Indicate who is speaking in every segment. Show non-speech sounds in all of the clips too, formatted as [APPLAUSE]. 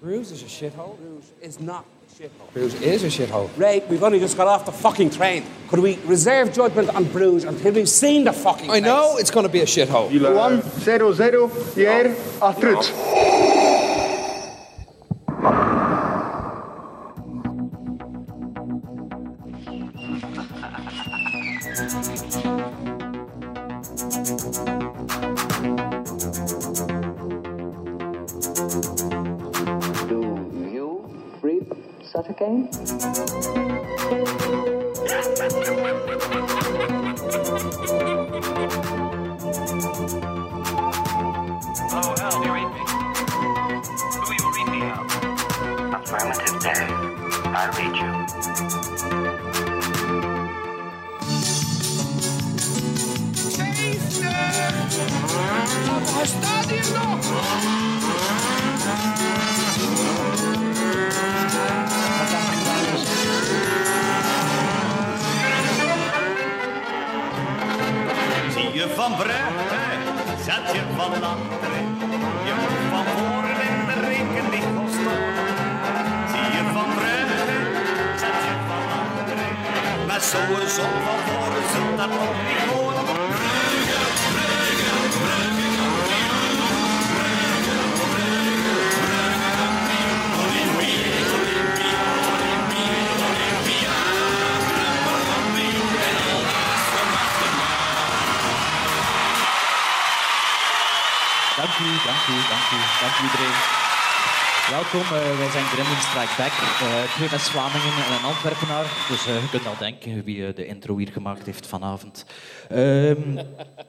Speaker 1: Ruse is a shithole. Ruse is not a shithole.
Speaker 2: Bruges is a shithole.
Speaker 1: Ray, we've only just got off the fucking train. Could we reserve judgment on Bruges until we've seen the fucking
Speaker 2: I
Speaker 1: place?
Speaker 2: know it's going to be a shithole.
Speaker 3: One zero zero Jair Atrut.
Speaker 4: Do you read such a game?
Speaker 5: Oh, hell, you read me. Who you read me of? Affirmative, Dave. I read you.
Speaker 6: Zie je van Brugge, zet je van achteren. Je moet van voren in de rekenwinkel staan. Zie je van Brugge, zet je van achteren. Met zo'n zon van voren zult dat nog niet horen.
Speaker 7: Dank u, dank u, dank u, dank u iedereen. Welkom, eh, wij zijn Gremlin Strike Back. Eh, twee West-Vlamingen en een Antwerpenaar. Dus eh, je kunt al denken wie eh, de intro hier gemaakt heeft vanavond. Ehm,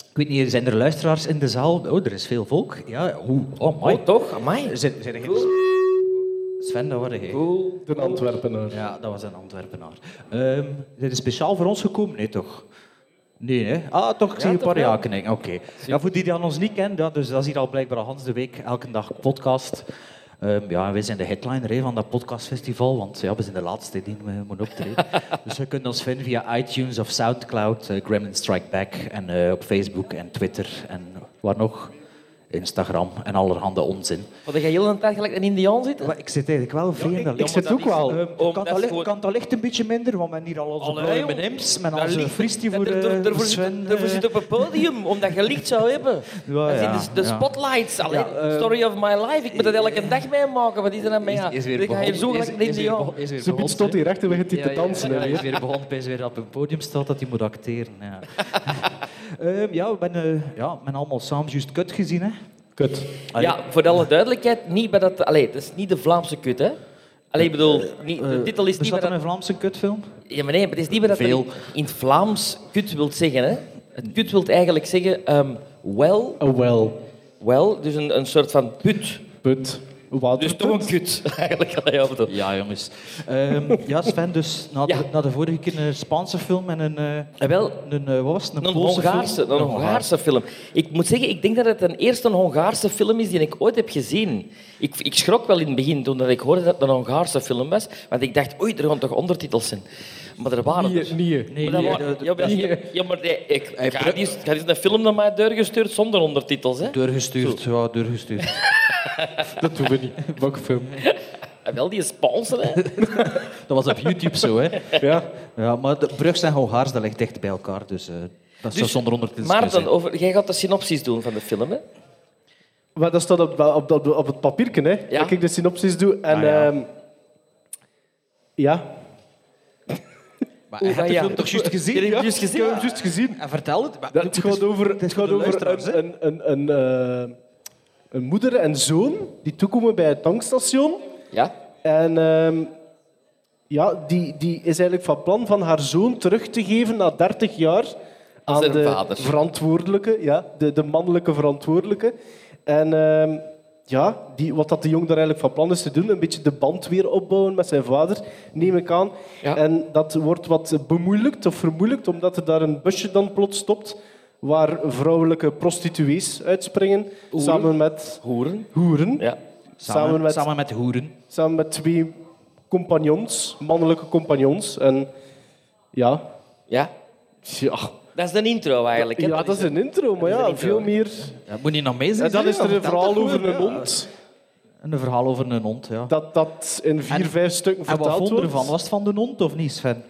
Speaker 7: ik weet niet, zijn er luisteraars in de zaal? Oh, er is veel volk. Ja, hoe? Oh, my.
Speaker 8: Oh, toch? Amai.
Speaker 7: Zijn, zijn er geen... Sven, dat waren jij.
Speaker 9: De Antwerpenaar.
Speaker 7: Ja, dat was een Antwerpenaar. Ehm dit is speciaal voor ons gekomen, nee toch? Nee, hè? Ah, toch, ik zie een paar jaken. Oké. Ja, voor die die ons niet kennen, ja, dus dat is hier al blijkbaar al de week, elke dag podcast. Ehm, ja, en wij zijn de headliner hè, van dat podcastfestival, want ja, we zijn de laatste die we moeten optreden. dus je kunt ons vinden via iTunes of Soundcloud, eh, Gremlin Strike Back, en eh, op Facebook en Twitter en waar nog? Instagram en allerhande onzin.
Speaker 8: Wat jij heel de tijd gelijk een indiaan zit?
Speaker 7: Maar ik zit eigenlijk wel vreemd.
Speaker 9: ik zit ook wel.
Speaker 7: Ehm, kan,
Speaker 8: Om- dat
Speaker 7: dat
Speaker 8: is
Speaker 7: licht,
Speaker 8: gewoon-
Speaker 7: kan dat licht een beetje minder? Want we hebben hier al onze
Speaker 8: Allee,
Speaker 7: blauwe
Speaker 8: jong.
Speaker 7: M&M's met
Speaker 8: Dat
Speaker 7: onze
Speaker 8: licht-
Speaker 7: fristie voor
Speaker 8: Daar- daar-
Speaker 7: eh,
Speaker 8: daarvoor zit-
Speaker 7: Sven.
Speaker 8: Daarvoor
Speaker 7: eh.
Speaker 8: zit op het podium, omdat je licht zou hebben.
Speaker 7: Ja,
Speaker 8: dat
Speaker 7: ja,
Speaker 8: zijn dus- de, de
Speaker 7: ja.
Speaker 8: spotlights. Allee,
Speaker 7: Ja, eh,
Speaker 8: story of my life. Ik moet dat elke dag meemaken. Wat is er dan mee? aan? ik ga hier zo
Speaker 7: Is-
Speaker 8: gelijk een
Speaker 7: is weer
Speaker 8: indiaan.
Speaker 7: begon- is weer
Speaker 9: Ze
Speaker 7: begon-
Speaker 9: biedt tot hier achter, we gaan die
Speaker 7: Ja,
Speaker 9: te
Speaker 7: ja,
Speaker 9: dansen.
Speaker 7: ja,
Speaker 9: hè,
Speaker 7: hij
Speaker 9: weer.
Speaker 7: is weer begonnen, hij is weer op een podium staat dat hij moet acteren. Ja, [LAUGHS] Ehm, ja we zijn ja, we zijn allemaal samen juist kut gezien. Hè.
Speaker 9: Kut.
Speaker 7: Allee.
Speaker 8: Ja, voor alle duidelijkheid, niet bij dat... Allee, dat is niet de Vlaamse kut, hè? Allee, ik bedoel, niet, de titel is niet bij
Speaker 7: Bestaat
Speaker 8: dat...
Speaker 7: Eh, er een Vlaamse kutfilm?
Speaker 8: Ja, maar nee, maar het is niet meer dat
Speaker 7: Veel.
Speaker 8: het in het Vlaams kut wilt zeggen. Hè? Het kut wilt eigenlijk zeggen ehm well,
Speaker 9: Oh well.
Speaker 8: well, dus een, een soort van put.
Speaker 9: Put. Water.
Speaker 8: Dus toch een kut, [LAUGHS] eigenlijk. Allee, ja, bedoel.
Speaker 7: Ja, Ah, jongens. [LAUGHS] Ehm, ja, Sven, dus na de,
Speaker 8: Ja.
Speaker 7: na de vorige keer een Spaanse film en een... eh,
Speaker 8: Eh, wel,
Speaker 7: Een, eh, wat was het? Een,
Speaker 8: een
Speaker 7: Poolse
Speaker 8: Hongaarse,
Speaker 7: film?
Speaker 8: een Hongaarse film. Ik moet zeggen, ik denk dat het een eerste Hongaarse film is die ik ooit heb gezien. Ik, ik schrok wel in het begin toen dat ik hoorde dat het een Hongaarse film was, want ik dacht, oei, er gaan toch ondertitels zijn. Maar er waren er.
Speaker 9: Nee, nee.
Speaker 7: Nee,
Speaker 8: Maar
Speaker 7: nee,
Speaker 8: dat wa-
Speaker 7: dat-
Speaker 8: ja, maar, ja, ja, maar nee, ik, ik had eens- ik had eens een film naar mijn deur gestuurd zonder ondertitels. Hè?
Speaker 7: Doorgestuurd, ja, doorgestuurd. [LAUGHS]
Speaker 9: Dat doen we niet. Welke film?
Speaker 8: Ah, Wel die sponsor, hè.
Speaker 7: Dat was op YouTube zo, hè.
Speaker 9: Ja.
Speaker 7: Ja, maar de Brugge en Hongaars, dat ligt dicht bij elkaar, dus eh, dat zou
Speaker 8: Dus,
Speaker 7: zonder ondertitels kunnen
Speaker 8: Maarten,
Speaker 7: zijn.
Speaker 8: over, jij gaat de synopsis doen van de film, hè?
Speaker 9: Maar dat staat op, op, op, op het papiertje, hè.
Speaker 8: Ja.
Speaker 9: Dat ik de synopsis doe. En,
Speaker 7: Ah, ja.
Speaker 9: ehm, ja.
Speaker 7: Maar hij had
Speaker 8: ja.
Speaker 7: de film toch juist gezien?
Speaker 8: Jullie
Speaker 7: Ja.
Speaker 8: hebben juist gezien?
Speaker 9: Ik heb hem juist gezien.
Speaker 7: En vertel het. maar-
Speaker 9: Dat, het gaat over,
Speaker 7: het is
Speaker 9: het
Speaker 7: voor
Speaker 9: gaat
Speaker 7: de
Speaker 9: over
Speaker 7: luisteraars, hè.
Speaker 9: een, een, een, een, eh, een moeder en zoon die toekomen bij het tankstation.
Speaker 8: Ja.
Speaker 9: En ehm, ja, die, die is eigenlijk van plan van haar zoon terug te geven na 30 jaar aan
Speaker 8: zijn
Speaker 9: de
Speaker 8: vader.
Speaker 9: verantwoordelijke, ja, de, de mannelijke verantwoordelijke. En ehm, ja, die, wat dat de jong daar eigenlijk van plan is te doen, een beetje de band weer opbouwen met zijn vader, neem ik aan.
Speaker 8: Ja.
Speaker 9: En dat wordt wat bemoeilijkt of vermoeilijkt, omdat er daar een busje dan plots stopt waar vrouwelijke prostituees uitspringen, samen met
Speaker 8: Hoeren.
Speaker 9: hoeren.
Speaker 8: Ja.
Speaker 7: Samen,
Speaker 9: Samen met-
Speaker 7: samen met hoeren.
Speaker 9: Samen met twee compagnons, mannelijke compagnons. En ja,
Speaker 8: Ja.
Speaker 9: ja.
Speaker 8: Dat is een intro, eigenlijk. Hè?
Speaker 9: ja dat is een intro, maar
Speaker 8: is een
Speaker 9: ja,
Speaker 8: intro.
Speaker 9: veel meer.
Speaker 7: Ja, moet je nog mee zijn?
Speaker 9: En dan
Speaker 7: zeg,
Speaker 9: is er een
Speaker 7: vertel
Speaker 9: verhaal
Speaker 7: toch
Speaker 9: over
Speaker 7: gewoon,
Speaker 9: een
Speaker 7: ja.
Speaker 9: hond.
Speaker 5: Een verhaal over een hond, ja.
Speaker 9: Dat dat in vier,
Speaker 5: En-
Speaker 9: vijf stukken
Speaker 5: en wat
Speaker 9: verteld
Speaker 5: vond je
Speaker 9: wordt.
Speaker 5: ervan? Was het van de hond of niet, Sven?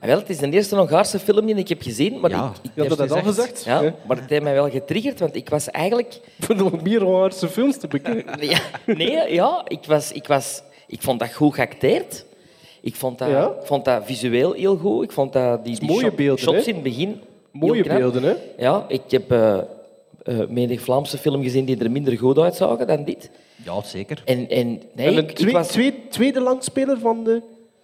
Speaker 8: Ah, wel, het is de eerste Hongaarse film die ik heb gezien, maar
Speaker 5: Ja.
Speaker 8: ik, ik-
Speaker 9: Je had dat
Speaker 5: Heeft
Speaker 9: al
Speaker 5: gezegd.
Speaker 9: gezegd?
Speaker 8: ja,
Speaker 9: Ja.
Speaker 8: maar het heeft mij wel getriggerd, want ik was eigenlijk...
Speaker 9: [LAUGHS] Voor nog meer Hongaarse films te bekijken.
Speaker 8: Ja, nee, ja, ik, was, ik, was, ik vond dat goed geacteerd. Ik vond dat,
Speaker 9: Ja?
Speaker 8: ik vond dat visueel heel goed. Ik vond dat die, die
Speaker 9: mooie
Speaker 8: shot-
Speaker 9: beelden,
Speaker 8: shots
Speaker 9: hè?
Speaker 8: in het begin
Speaker 9: Mooie
Speaker 8: heel knap.
Speaker 9: beelden, hè?
Speaker 8: Ja, ik heb eh eh, menig Vlaamse film gezien die er minder goed uitzagen dan dit.
Speaker 5: Ja, zeker.
Speaker 8: En, en nee,
Speaker 9: En
Speaker 8: ik-
Speaker 9: een
Speaker 8: ik
Speaker 9: twee,
Speaker 8: was...
Speaker 9: twee- tweede langspeler van de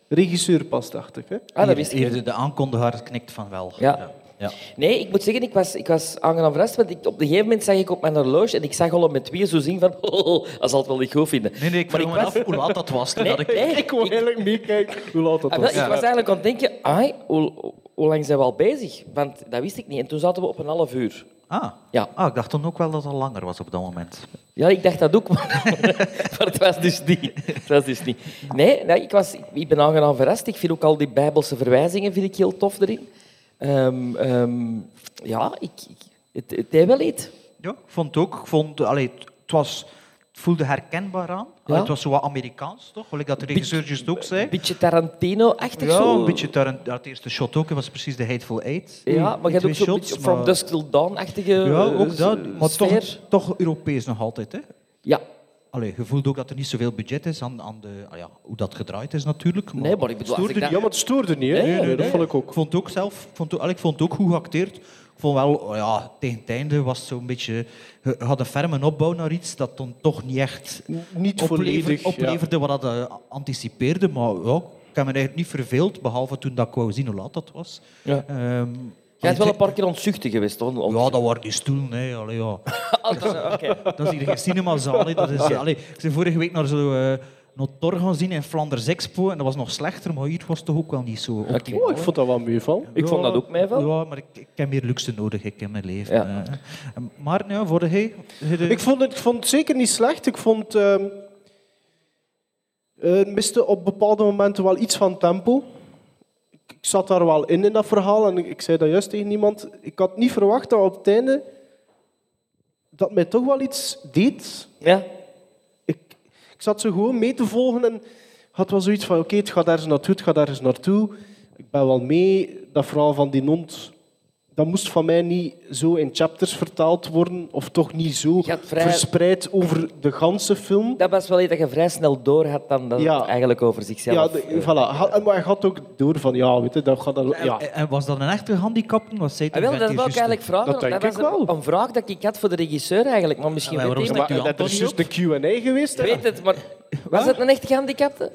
Speaker 9: regisseur pas, dacht ik. Hè?
Speaker 8: Ah, dat
Speaker 5: Hier-
Speaker 8: wist ik
Speaker 5: hier
Speaker 8: niet.
Speaker 5: de, de aankondiger knikt van wel.
Speaker 8: Ja.
Speaker 5: ja.
Speaker 8: Nee, ik moet zeggen, ik was, ik was aangenaam verrast. Want ik, op een gegeven moment zag ik op mijn horloge en ik zag al om met twee zo zien van... [LAUGHS] Oh, dat zal het wel niet goed vinden.
Speaker 5: Nee, nee, ik
Speaker 8: Maar
Speaker 5: vroeg me
Speaker 8: was-
Speaker 5: af hoe laat dat was. toen
Speaker 8: Nee,
Speaker 5: dat ik...
Speaker 8: nee,
Speaker 9: Ik wil eigenlijk meekijken hoe laat dat
Speaker 8: Ah,
Speaker 9: was.
Speaker 8: wel, ik was eigenlijk aan het denken, ai, hoe, hoe lang zijn we al bezig? Want dat wist ik niet. En toen zaten we op een half uur.
Speaker 5: Ah.
Speaker 8: Ja.
Speaker 5: ah, ik dacht toen ook wel dat het al langer was op dat moment.
Speaker 8: Ja, ik dacht dat ook, [LAUGHS] maar, maar het was dus niet. Het was dus niet. Nee, nee, ik, was, ik ben aangenaam verrast. Ik vind ook al die bijbelse verwijzingen vind ik heel tof erin. Ehm, ehm, ja, ik, ik- het, het deed wel iets.
Speaker 5: Ja, ik vond het ook. Ik vond, allee, het, het was, het voelde herkenbaar aan. Allee,
Speaker 8: Ja.
Speaker 5: het was zo wat Amerikaans, toch? Gelijk dat de regisseur juist ook zei.
Speaker 8: Een beetje Tarantino-achtig
Speaker 5: ja,
Speaker 8: zo.
Speaker 5: een beetje daar, dat eerste shot ook. Het was precies de Hateful Eight.
Speaker 8: Ja, maar je
Speaker 5: Die twee
Speaker 8: hebt ook zo'n
Speaker 5: shots,
Speaker 8: beetje
Speaker 5: maar-
Speaker 8: From Dusk Till Dawn-achtige
Speaker 5: Ja,
Speaker 8: eh,
Speaker 5: ook dat.
Speaker 8: s-
Speaker 5: Maar toch,
Speaker 8: sfeer.
Speaker 5: toch Europees nog altijd, hè?
Speaker 8: Ja,
Speaker 5: Allee, je voelt ook dat er niet zoveel budget is aan, aan de, ah ja, hoe dat gedraaid is natuurlijk. Maar
Speaker 8: nee, maar ik bedoel... als
Speaker 5: stoorde
Speaker 8: ik dat-
Speaker 9: Ja, maar het stoorde niet, hè?
Speaker 8: Nee,
Speaker 9: Nee, nee, dat
Speaker 8: nee.
Speaker 9: vond ik ook.
Speaker 5: Ik vond het ook zelf, ik vond, het ook- allee, ik vond het ook goed geacteerd. Ik vond wel, oh ja, tegen het einde was het zo'n beetje... Je had een ferme opbouw naar iets dat dan toch niet echt
Speaker 9: Niet volledig, ja.
Speaker 5: opleverde wat dat eh, anticipeerde. Maar ja, ik heb me eigenlijk niet verveeld, behalve toen dat ik wou zien hoe laat dat was.
Speaker 8: Ja.
Speaker 5: Ehm,
Speaker 8: Jij bent wel een paar keer ontzuchtig geweest, toch? Ont-
Speaker 5: ja, dat waren die stoelen. Hè. Allee, ja.
Speaker 8: Oké.
Speaker 5: Dat is hier geen cinemazaal. hè. Dat is, allee, ik ben vorige week naar zo... eh Notor gaan zien in Flanders Expo en dat was nog slechter, maar hier was het toch ook wel niet zo. optimaal.
Speaker 9: Oh, ik vond dat wel meevallen.
Speaker 8: Ik vond dat ook meevallen.
Speaker 5: Ja, maar ik, ik heb meer luxe nodig ik in mijn leven.
Speaker 8: Ja.
Speaker 5: eh. En- Maar ja, voor de hey, de-
Speaker 9: Ik vond het, ik vond het zeker niet slecht. Ik vond... ehm eh, het miste op bepaalde momenten wel iets van tempo. Ik, ik zat daar wel in, in dat verhaal. En ik, ik zei dat juist tegen iemand. Ik had niet verwacht dat op het einde... Dat mij toch wel iets deed.
Speaker 8: Ja.
Speaker 9: ik, ik zat zo gewoon mee te volgen en had wel zoiets van, oké, het gaat ergens naartoe, het gaat ergens naartoe. Ik ben wel mee. Dat verhaal van die hond, dat moest van mij niet zo in chapters vertaald worden, of toch niet zo
Speaker 8: Je had vrij-
Speaker 9: verspreid over de ganse film.
Speaker 8: Dat was wel iets dat je vrij snel door had dan dat
Speaker 9: Ja.
Speaker 8: het eigenlijk over
Speaker 9: Ja,
Speaker 8: zichzelf.
Speaker 9: de- voilà. Ha- en Maar je had ook door van, ja, weet je, dat gaat... dan-
Speaker 8: eh,
Speaker 9: Ja.
Speaker 5: En- En was dat een echte handicap? Was zij
Speaker 8: Ah, wel, dat wil ik eigenlijk vragen.
Speaker 9: Dat denk
Speaker 8: was
Speaker 9: ik wel.
Speaker 8: een, een vraag dat ik had voor de regisseur eigenlijk, maar misschien
Speaker 5: Ja, maar
Speaker 8: weet
Speaker 5: waarom
Speaker 8: hij
Speaker 5: staat
Speaker 8: maar-
Speaker 5: u
Speaker 9: Dat is juist de Q&A geweest.
Speaker 8: Ik
Speaker 9: hè.
Speaker 8: weet het, maar was het een echt gehandicapte?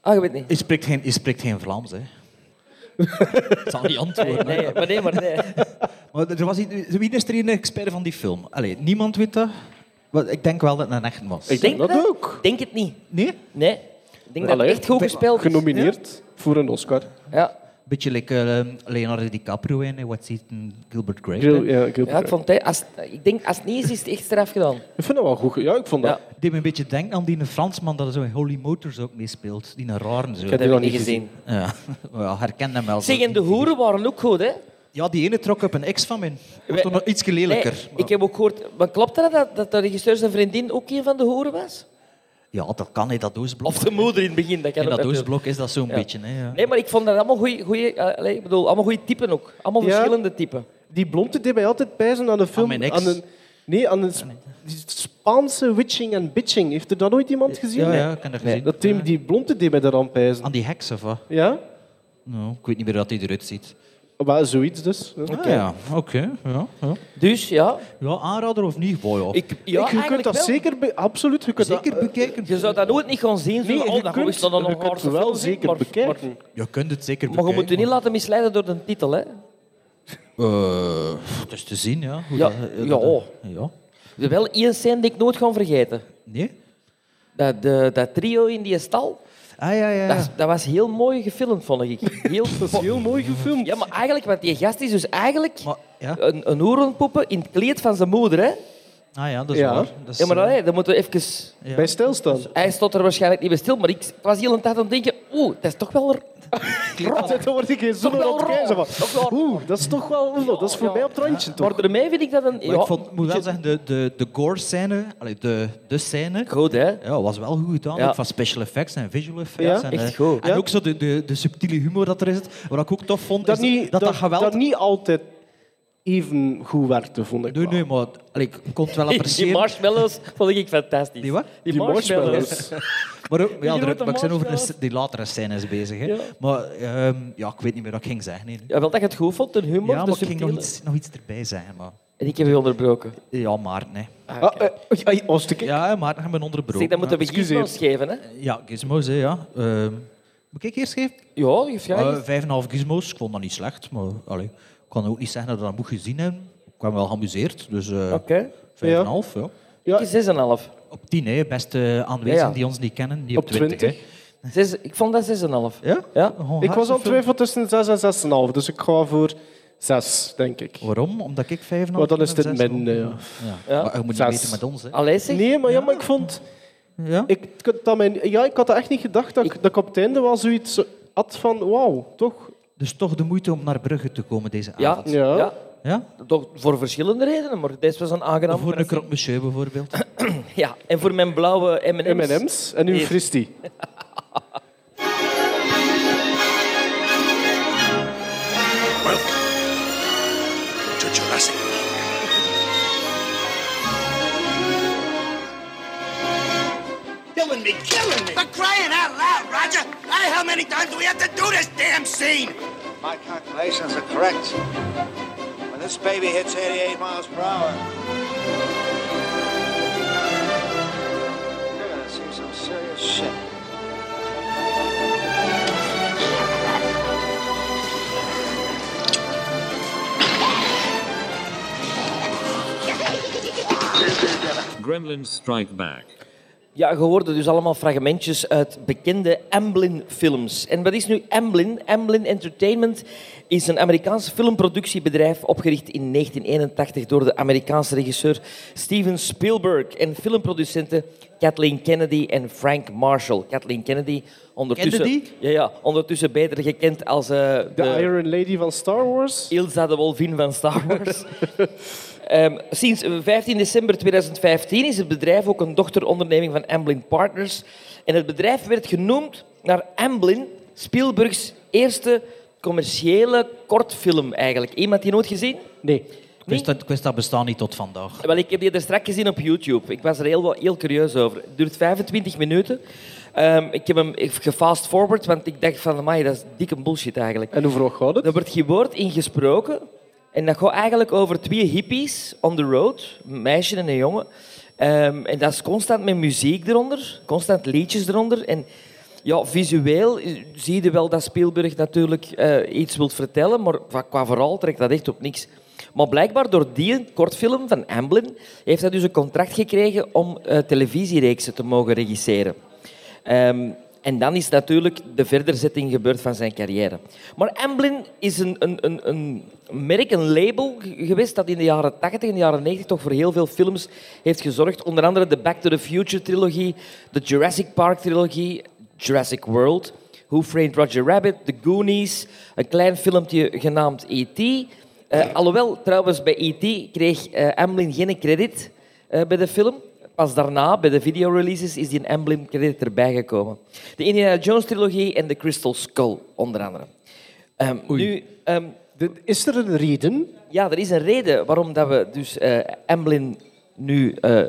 Speaker 8: Ah, je weet niet.
Speaker 5: Je spreekt geen, je spreekt geen Vlaams,
Speaker 8: [LAUGHS]
Speaker 5: hè? Ik zal niet antwoorden. hè.
Speaker 8: Nee, maar nee, maar nee.
Speaker 5: Maar er was, iets- wie is er hier een expert van die film? Allee, niemand weet dat. Wel, Ik denk wel dat het een echt was.
Speaker 9: Ik denk dat ook.
Speaker 8: Denk het niet.
Speaker 5: Nee? Een
Speaker 8: Nee. Ik denk dat
Speaker 9: Allee,
Speaker 8: het echt goed gespeeld is.
Speaker 9: Genomineerd voor een Oscar.
Speaker 8: Ja.
Speaker 5: beetje like, eh, Leonardo DiCaprio in eh, What's Eating Gilbert Grape. hè.
Speaker 9: Heel- ja, ik, heel
Speaker 8: Ja, ik,
Speaker 9: begrijp.
Speaker 8: vond, het- als, ik denk, als het niet is, is het echt straf gedaan.
Speaker 9: ik vind dat wel goed. ge- Ja, ik vond dat...
Speaker 8: Ja.
Speaker 5: Het deed me een beetje denken aan die Fransman dat zo in Holy Motors ook meespeelt. Die een rare zo.
Speaker 9: heb die
Speaker 8: Dat heb
Speaker 9: nog
Speaker 8: ik niet
Speaker 9: niet
Speaker 8: gezien.
Speaker 5: Ja, [LAUGHS] wel, herken hem wel.
Speaker 8: Zeg, en de hoeren waren ook goed, hè?
Speaker 5: Ja, die ene trok op een ex van mij.
Speaker 8: We-
Speaker 5: Wordt toch nog iets lelijker.
Speaker 8: Nee, ik heb ook gehoord... Maar klopt dat, dat, dat de regisseur zijn vriendin ook een van de hoeren was?
Speaker 5: Ja, dat kan in dat doosblok.
Speaker 8: Of de moeder in het begin, dat kan
Speaker 5: in
Speaker 8: ook
Speaker 5: dat
Speaker 8: natuurlijk.
Speaker 5: doosblok is dat zo'n beetje. Hè, ja.
Speaker 8: Nee, maar ik vond dat allemaal goede, goeie, eh, allee, ik bedoel, allemaal goeie typen ook. Allemaal
Speaker 9: Ja.
Speaker 8: verschillende typen.
Speaker 9: Die blonde deed mij altijd pijzen aan de film.
Speaker 5: mijn ex.
Speaker 9: een, nee, aan een Sp- die Spaanse witching en bitching. Heeft er dat nooit iemand gezien?
Speaker 5: ja, ja, ik heb dat gezien.
Speaker 9: Dat thema, die blonde deed mij daar aan pijzen.
Speaker 5: Aan die heks of wat?
Speaker 9: Ja?
Speaker 5: Nou, ik weet niet meer hoe dat hij eruit ziet.
Speaker 9: Maar zoiets dus. Ja.
Speaker 5: Ah, ja, oké. ja, ja.
Speaker 8: Dus ja,
Speaker 5: ja, aanrader of niet? Boy, ja.
Speaker 8: ik, ja
Speaker 9: Ik- je kunt
Speaker 8: eigenlijk
Speaker 9: dat
Speaker 8: wel.
Speaker 9: zeker... be- Absoluut. Je kunt
Speaker 5: Zeker
Speaker 9: dat,
Speaker 5: bekijken.
Speaker 8: Je zou dat nooit niet gaan zien. zo
Speaker 9: Nee,
Speaker 8: van,
Speaker 9: je
Speaker 8: oh, dan
Speaker 9: kunt-
Speaker 8: is dat dan
Speaker 9: je
Speaker 8: nog
Speaker 9: kunt
Speaker 8: een
Speaker 9: het wel
Speaker 8: film zien,
Speaker 9: zeker
Speaker 8: maar,
Speaker 9: bekijken.
Speaker 8: Maar,
Speaker 5: Je kunt het zeker
Speaker 8: maar je
Speaker 5: bekijken.
Speaker 8: moet je niet laten misleiden door de titel, hè.
Speaker 5: laten... Eh, het is te zien, ja. hoe
Speaker 8: Ja,
Speaker 5: dat- eh,
Speaker 8: ja.
Speaker 5: dat- ja.
Speaker 8: Er is wel één scène die ik nooit ga vergeten.
Speaker 5: Nee?
Speaker 8: Dat, de, dat trio in die stal,
Speaker 5: Ah, ja, ja.
Speaker 8: dat, dat was heel mooi gefilmd, vond ik. Heel,
Speaker 9: [LAUGHS] dat is heel mooi gefilmd.
Speaker 8: ja, maar eigenlijk, want die gast is dus eigenlijk
Speaker 5: Maar, ja.
Speaker 8: een, een hoerenpoppen in het kleed van zijn moeder, hè.
Speaker 5: Ah ja, dat is
Speaker 9: Ja.
Speaker 5: waar. Dat is,
Speaker 8: Ja, maar
Speaker 5: eh,
Speaker 8: allee, dan moeten we even...
Speaker 9: Bij stilstaan.
Speaker 8: Hij stond er waarschijnlijk niet bij stil, maar ik was heel een tijd aan het denken, oeh, dat is toch wel... er-
Speaker 9: Rot, hè, [LAUGHS] dan word ik geen zo'n
Speaker 8: Toch wel
Speaker 9: rot kei, zo
Speaker 8: rot, toch wel
Speaker 9: van. Oeh, dat is toch wel... oeh, Dat is voor mij op het randje, toch?
Speaker 8: Maar door mij vind ik dat een...
Speaker 5: Maar ik vond, moet wel zeggen, de, de, de gore-scène, allee, de, de scène,
Speaker 8: Goed, hè?
Speaker 5: ja, was wel goed gedaan.
Speaker 8: Ja.
Speaker 5: ook Van special effects en visual effects.
Speaker 9: Ja,
Speaker 5: en, eh,
Speaker 8: echt goed.
Speaker 5: En
Speaker 9: Ja.
Speaker 5: ook zo de, de, de subtiele humor dat er is. Wat ik ook tof vond,
Speaker 9: dat,
Speaker 5: is
Speaker 9: niet,
Speaker 5: dat
Speaker 9: dat,
Speaker 5: dat
Speaker 9: dat,
Speaker 5: geweld...
Speaker 9: niet altijd even goed werkte, vond ik.
Speaker 5: Nee,
Speaker 9: wel.
Speaker 5: nee, maar allee, ik kon het wel
Speaker 8: [LAUGHS] Die, die
Speaker 5: appreciëren.
Speaker 8: marshmallows vond ik fantastisch.
Speaker 5: Die wat?
Speaker 8: Die
Speaker 9: Die
Speaker 8: marshmallows.
Speaker 5: Maar ook, ja,
Speaker 8: Die
Speaker 5: er,
Speaker 8: grote
Speaker 5: maar ik zijn over de,
Speaker 8: marshmallows.
Speaker 5: sc- die latere scènes bezig. Hè.
Speaker 8: Ja.
Speaker 5: Maar ehm, ja, ik weet niet meer wat ik ging zeggen. hè.
Speaker 8: Ja, wel dat je het goed vond, de humor,
Speaker 5: Ja,
Speaker 8: de
Speaker 5: maar ik ging nog
Speaker 8: subtiele.
Speaker 5: iets, nog iets erbij zeggen. Maar...
Speaker 8: En ik heb je onderbroken.
Speaker 5: Ja, Maarten. Hè.
Speaker 9: Ah, eh, oei, oei, als ik-
Speaker 5: Ja, Maarten hebben we onderbroken.
Speaker 8: Zeg, dat moeten we
Speaker 9: excuseer.
Speaker 8: gizmos geven, hè?
Speaker 5: Ja, gizmos, hè, ja. Ehm, moet ik eerst geven?
Speaker 8: Ja, je vraag
Speaker 5: Eh, Vijf en een half gizmos. Ik vond dat niet slecht, maar allee, ik kan ook niet zeggen dat we dat moet gezien hebben. Ik kwam wel geamuseerd, dus eh,
Speaker 8: Oké.
Speaker 5: vijf
Speaker 9: Ja.
Speaker 5: en een half, ja.
Speaker 9: Ja.
Speaker 8: Ik heb 6,5.
Speaker 5: Op tien, hè. Beste aanwezigen
Speaker 8: Ja, ja.
Speaker 5: die ons niet kennen, die op,
Speaker 9: Op
Speaker 5: 20.
Speaker 9: twintig. Oh,
Speaker 8: Zes, ik vond dat 6,5.
Speaker 5: hè. Ja?
Speaker 8: Ja.
Speaker 5: Gewoon
Speaker 9: Ik was
Speaker 5: hartstikke
Speaker 9: al
Speaker 5: veel.
Speaker 9: twijfel tussen 6 en 6,5, dus ik ga voor 6, denk ik.
Speaker 5: Waarom? Omdat ik vijf en een half
Speaker 9: Maar dan is
Speaker 5: en een
Speaker 9: dit
Speaker 5: zes
Speaker 9: min.
Speaker 5: had.
Speaker 9: eh, ja.
Speaker 5: Ja.
Speaker 8: Ja.
Speaker 5: Maar je moet niet
Speaker 9: Zes.
Speaker 5: weten met ons, hè.
Speaker 8: Allee, zeg.
Speaker 9: Nee, maar, ja, maar ik vond.
Speaker 5: Ja?
Speaker 9: Ik, ik had dat mijn, ja, ik had dat echt niet gedacht dat ik, dat ik op het einde wel zoiets had van: wauw, toch?
Speaker 5: Dus toch de moeite om naar Brugge te komen deze
Speaker 8: Ja,
Speaker 5: avond.
Speaker 8: ja.
Speaker 9: Ja.
Speaker 5: Ja?
Speaker 8: Toch voor verschillende redenen, maar deze was een aangenaam.
Speaker 5: Voor een croque monsieur bijvoorbeeld.
Speaker 8: Ja, en voor mijn blauwe M&M's.
Speaker 9: Ehm, MM's en nu
Speaker 8: Hier.
Speaker 9: fris die.
Speaker 10: Killing me, killing me. For crying out loud, Roger. Now, how many times do we have to do this damn scene?
Speaker 11: My calculations are correct. When this baby hits 88 miles per hour, you're gonna see some serious shit.
Speaker 12: Gremlin Strike Back.
Speaker 8: Ja, je hoorde dus allemaal fragmentjes uit bekende Amblin-films. En wat is nu Amblin? Amblin Entertainment is een Amerikaans filmproductiebedrijf opgericht in 1981 door de Amerikaanse regisseur Steven Spielberg en filmproducenten Kathleen Kennedy en Frank Marshall. Kathleen Kennedy, ondertussen,
Speaker 5: Kennedy?
Speaker 8: Ja, ja, ondertussen beter gekend als eh,
Speaker 9: De Iron Lady van Star Wars.
Speaker 8: Ilsa de Wolvin van Star
Speaker 5: [LAUGHS]
Speaker 8: Wars. Ehm, sinds 15 december 2015 is het bedrijf ook een dochteronderneming van Amblin Partners. En het bedrijf werd genoemd naar Amblin, Spielbergs eerste commerciële kortfilm eigenlijk. Iemand die nooit gezien?
Speaker 9: Nee.
Speaker 5: Ik wist, dat, ik wist dat bestaan niet tot vandaag.
Speaker 8: Wel, ik heb die er straks gezien op YouTube. Ik was er heel, wel- heel curieus over. Het duurt 25 minuten. Ehm, ik heb hem gefast forward, want ik dacht van, amai, dat is dikke bullshit eigenlijk.
Speaker 9: En hoeveel gaat het?
Speaker 8: Er wordt geen woord ingesproken. En dat gaat eigenlijk over twee hippies on the road. Een meisje en een jongen. Ehm, en dat is constant met muziek eronder. Constant liedjes eronder. En ja, visueel is- zie je wel dat Spielberg natuurlijk eh, iets wil vertellen. Maar va- qua vooral trekt dat echt op niks. Maar blijkbaar door die kortfilm van Amblin heeft hij dus een contract gekregen om eh, televisiereeksen te mogen regisseren. Ehm, en dan is natuurlijk de verderzetting gebeurd van zijn carrière. Maar Amblin is een, een, een, een merk, een label ge- geweest dat in de jaren 80 en de jaren 90 toch voor heel veel films heeft gezorgd. Onder andere de Back to the Future trilogie, de Jurassic Park trilogie, Jurassic World, Who Framed Roger Rabbit, The Goonies, een klein filmpje genaamd E.T. Eh, alhoewel, trouwens, bij E.T. kreeg eh, Amblin geen credit eh, bij de film. Pas daarna, bij de videoreleases, is die een emblem credit erbij gekomen. De Indiana Jones trilogie en de Crystal Skull, onder andere. Ehm, nu, ehm,
Speaker 9: Dit- Is er een reden?
Speaker 8: ja, er is een reden waarom dat we dus eh Amblin nu... eh,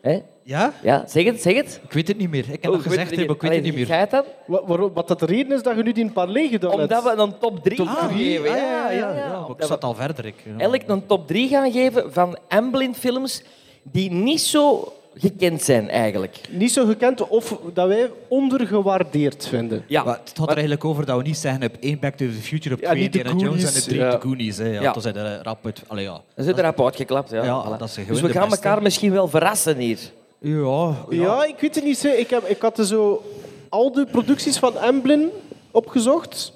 Speaker 8: hè?
Speaker 5: Ja?
Speaker 8: Ja, zeg het, zeg het.
Speaker 5: Ik weet het niet meer. Ik heb
Speaker 8: Oh,
Speaker 5: dat gezegd, hè, maar ik weet
Speaker 8: Allee,
Speaker 5: het niet meer.
Speaker 8: Ga je het dan?
Speaker 9: Wa- waarom- Wat dat de reden is dat je nu die een paar leeg gedaan hebt?
Speaker 8: Omdat we een top 3
Speaker 5: Ah,
Speaker 8: gaan geven.
Speaker 5: ah, ja, ja, ja,
Speaker 8: ja.
Speaker 5: maar ik
Speaker 8: Omdat we
Speaker 5: zat al verder. Ik, ja.
Speaker 8: elk een top 3 gaan geven van Amblin films die niet zo gekend zijn eigenlijk.
Speaker 9: Niet zo gekend of dat wij ondergewaardeerd vinden.
Speaker 8: Ja.
Speaker 5: Maar het had er eigenlijk over dat we niet zeggen op één Back to the Future, op
Speaker 9: Ja,
Speaker 5: twee
Speaker 9: niet de
Speaker 5: Indiana Jones en
Speaker 9: Goonies,
Speaker 5: op drie
Speaker 9: ja.
Speaker 5: de Goonies. Hè. Ja,
Speaker 8: Ja.
Speaker 5: Toen zijn er rap uit... Allee, ja.
Speaker 8: Dat is erop uitgeklapt. Ja.
Speaker 5: Ja,
Speaker 8: Voilà.
Speaker 5: dat is gewoon
Speaker 8: dus we
Speaker 5: de
Speaker 8: gaan
Speaker 5: beste.
Speaker 8: elkaar misschien wel verrassen hier.
Speaker 5: Ja,
Speaker 9: Ja, ik weet het niet. zeker. Ik, heb, ik had er zo al de producties van Amblin opgezocht.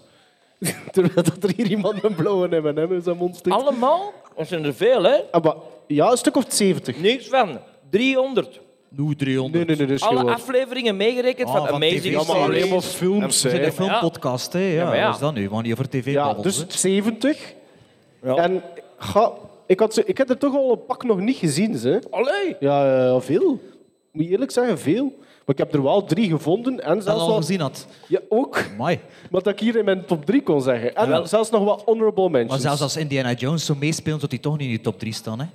Speaker 9: [LAUGHS] Terwijl dat er hier iemand een blauwe M&M in zijn mond steekt.
Speaker 8: Allemaal? Er zijn er veel, hè?
Speaker 9: Ah, maar- ja, een stuk of 70.
Speaker 8: Niks van. 300.
Speaker 5: nu 300.
Speaker 9: Nee, nee, nee, dat is
Speaker 8: Alle
Speaker 9: Dus gewoon-
Speaker 8: afleveringen meegerekend
Speaker 5: Ah,
Speaker 8: van
Speaker 5: van
Speaker 8: Amazing
Speaker 5: TV Ja, maar
Speaker 8: Stories.
Speaker 5: alleen maar
Speaker 9: films,
Speaker 5: We zijn
Speaker 9: hè.
Speaker 5: een filmpodcast, hè. Ja,
Speaker 8: maar ja.
Speaker 5: Wat is dat nu? We gaan hier voor
Speaker 9: Ja,
Speaker 5: tv-babbels,
Speaker 9: dus
Speaker 5: hè.
Speaker 9: 70. En ga, ik, had, ze- ik heb er toch al een pak nog niet gezien. Ze.
Speaker 8: Allee!
Speaker 9: Ja, eh, veel. Moet je eerlijk zeggen, veel. Maar ik heb er wel drie gevonden. En
Speaker 5: Dat
Speaker 9: zelfs
Speaker 5: al
Speaker 9: wel,
Speaker 5: gezien had.
Speaker 9: ja, ook.
Speaker 5: Amai.
Speaker 9: Maar dat ik hier in mijn top 3 kon zeggen. En
Speaker 5: Wel.
Speaker 9: zelfs nog wat honorable mentions.
Speaker 5: Maar zelfs als Indiana Jones zo meespeelt, dat hij toch niet in de top 3 staan, hè.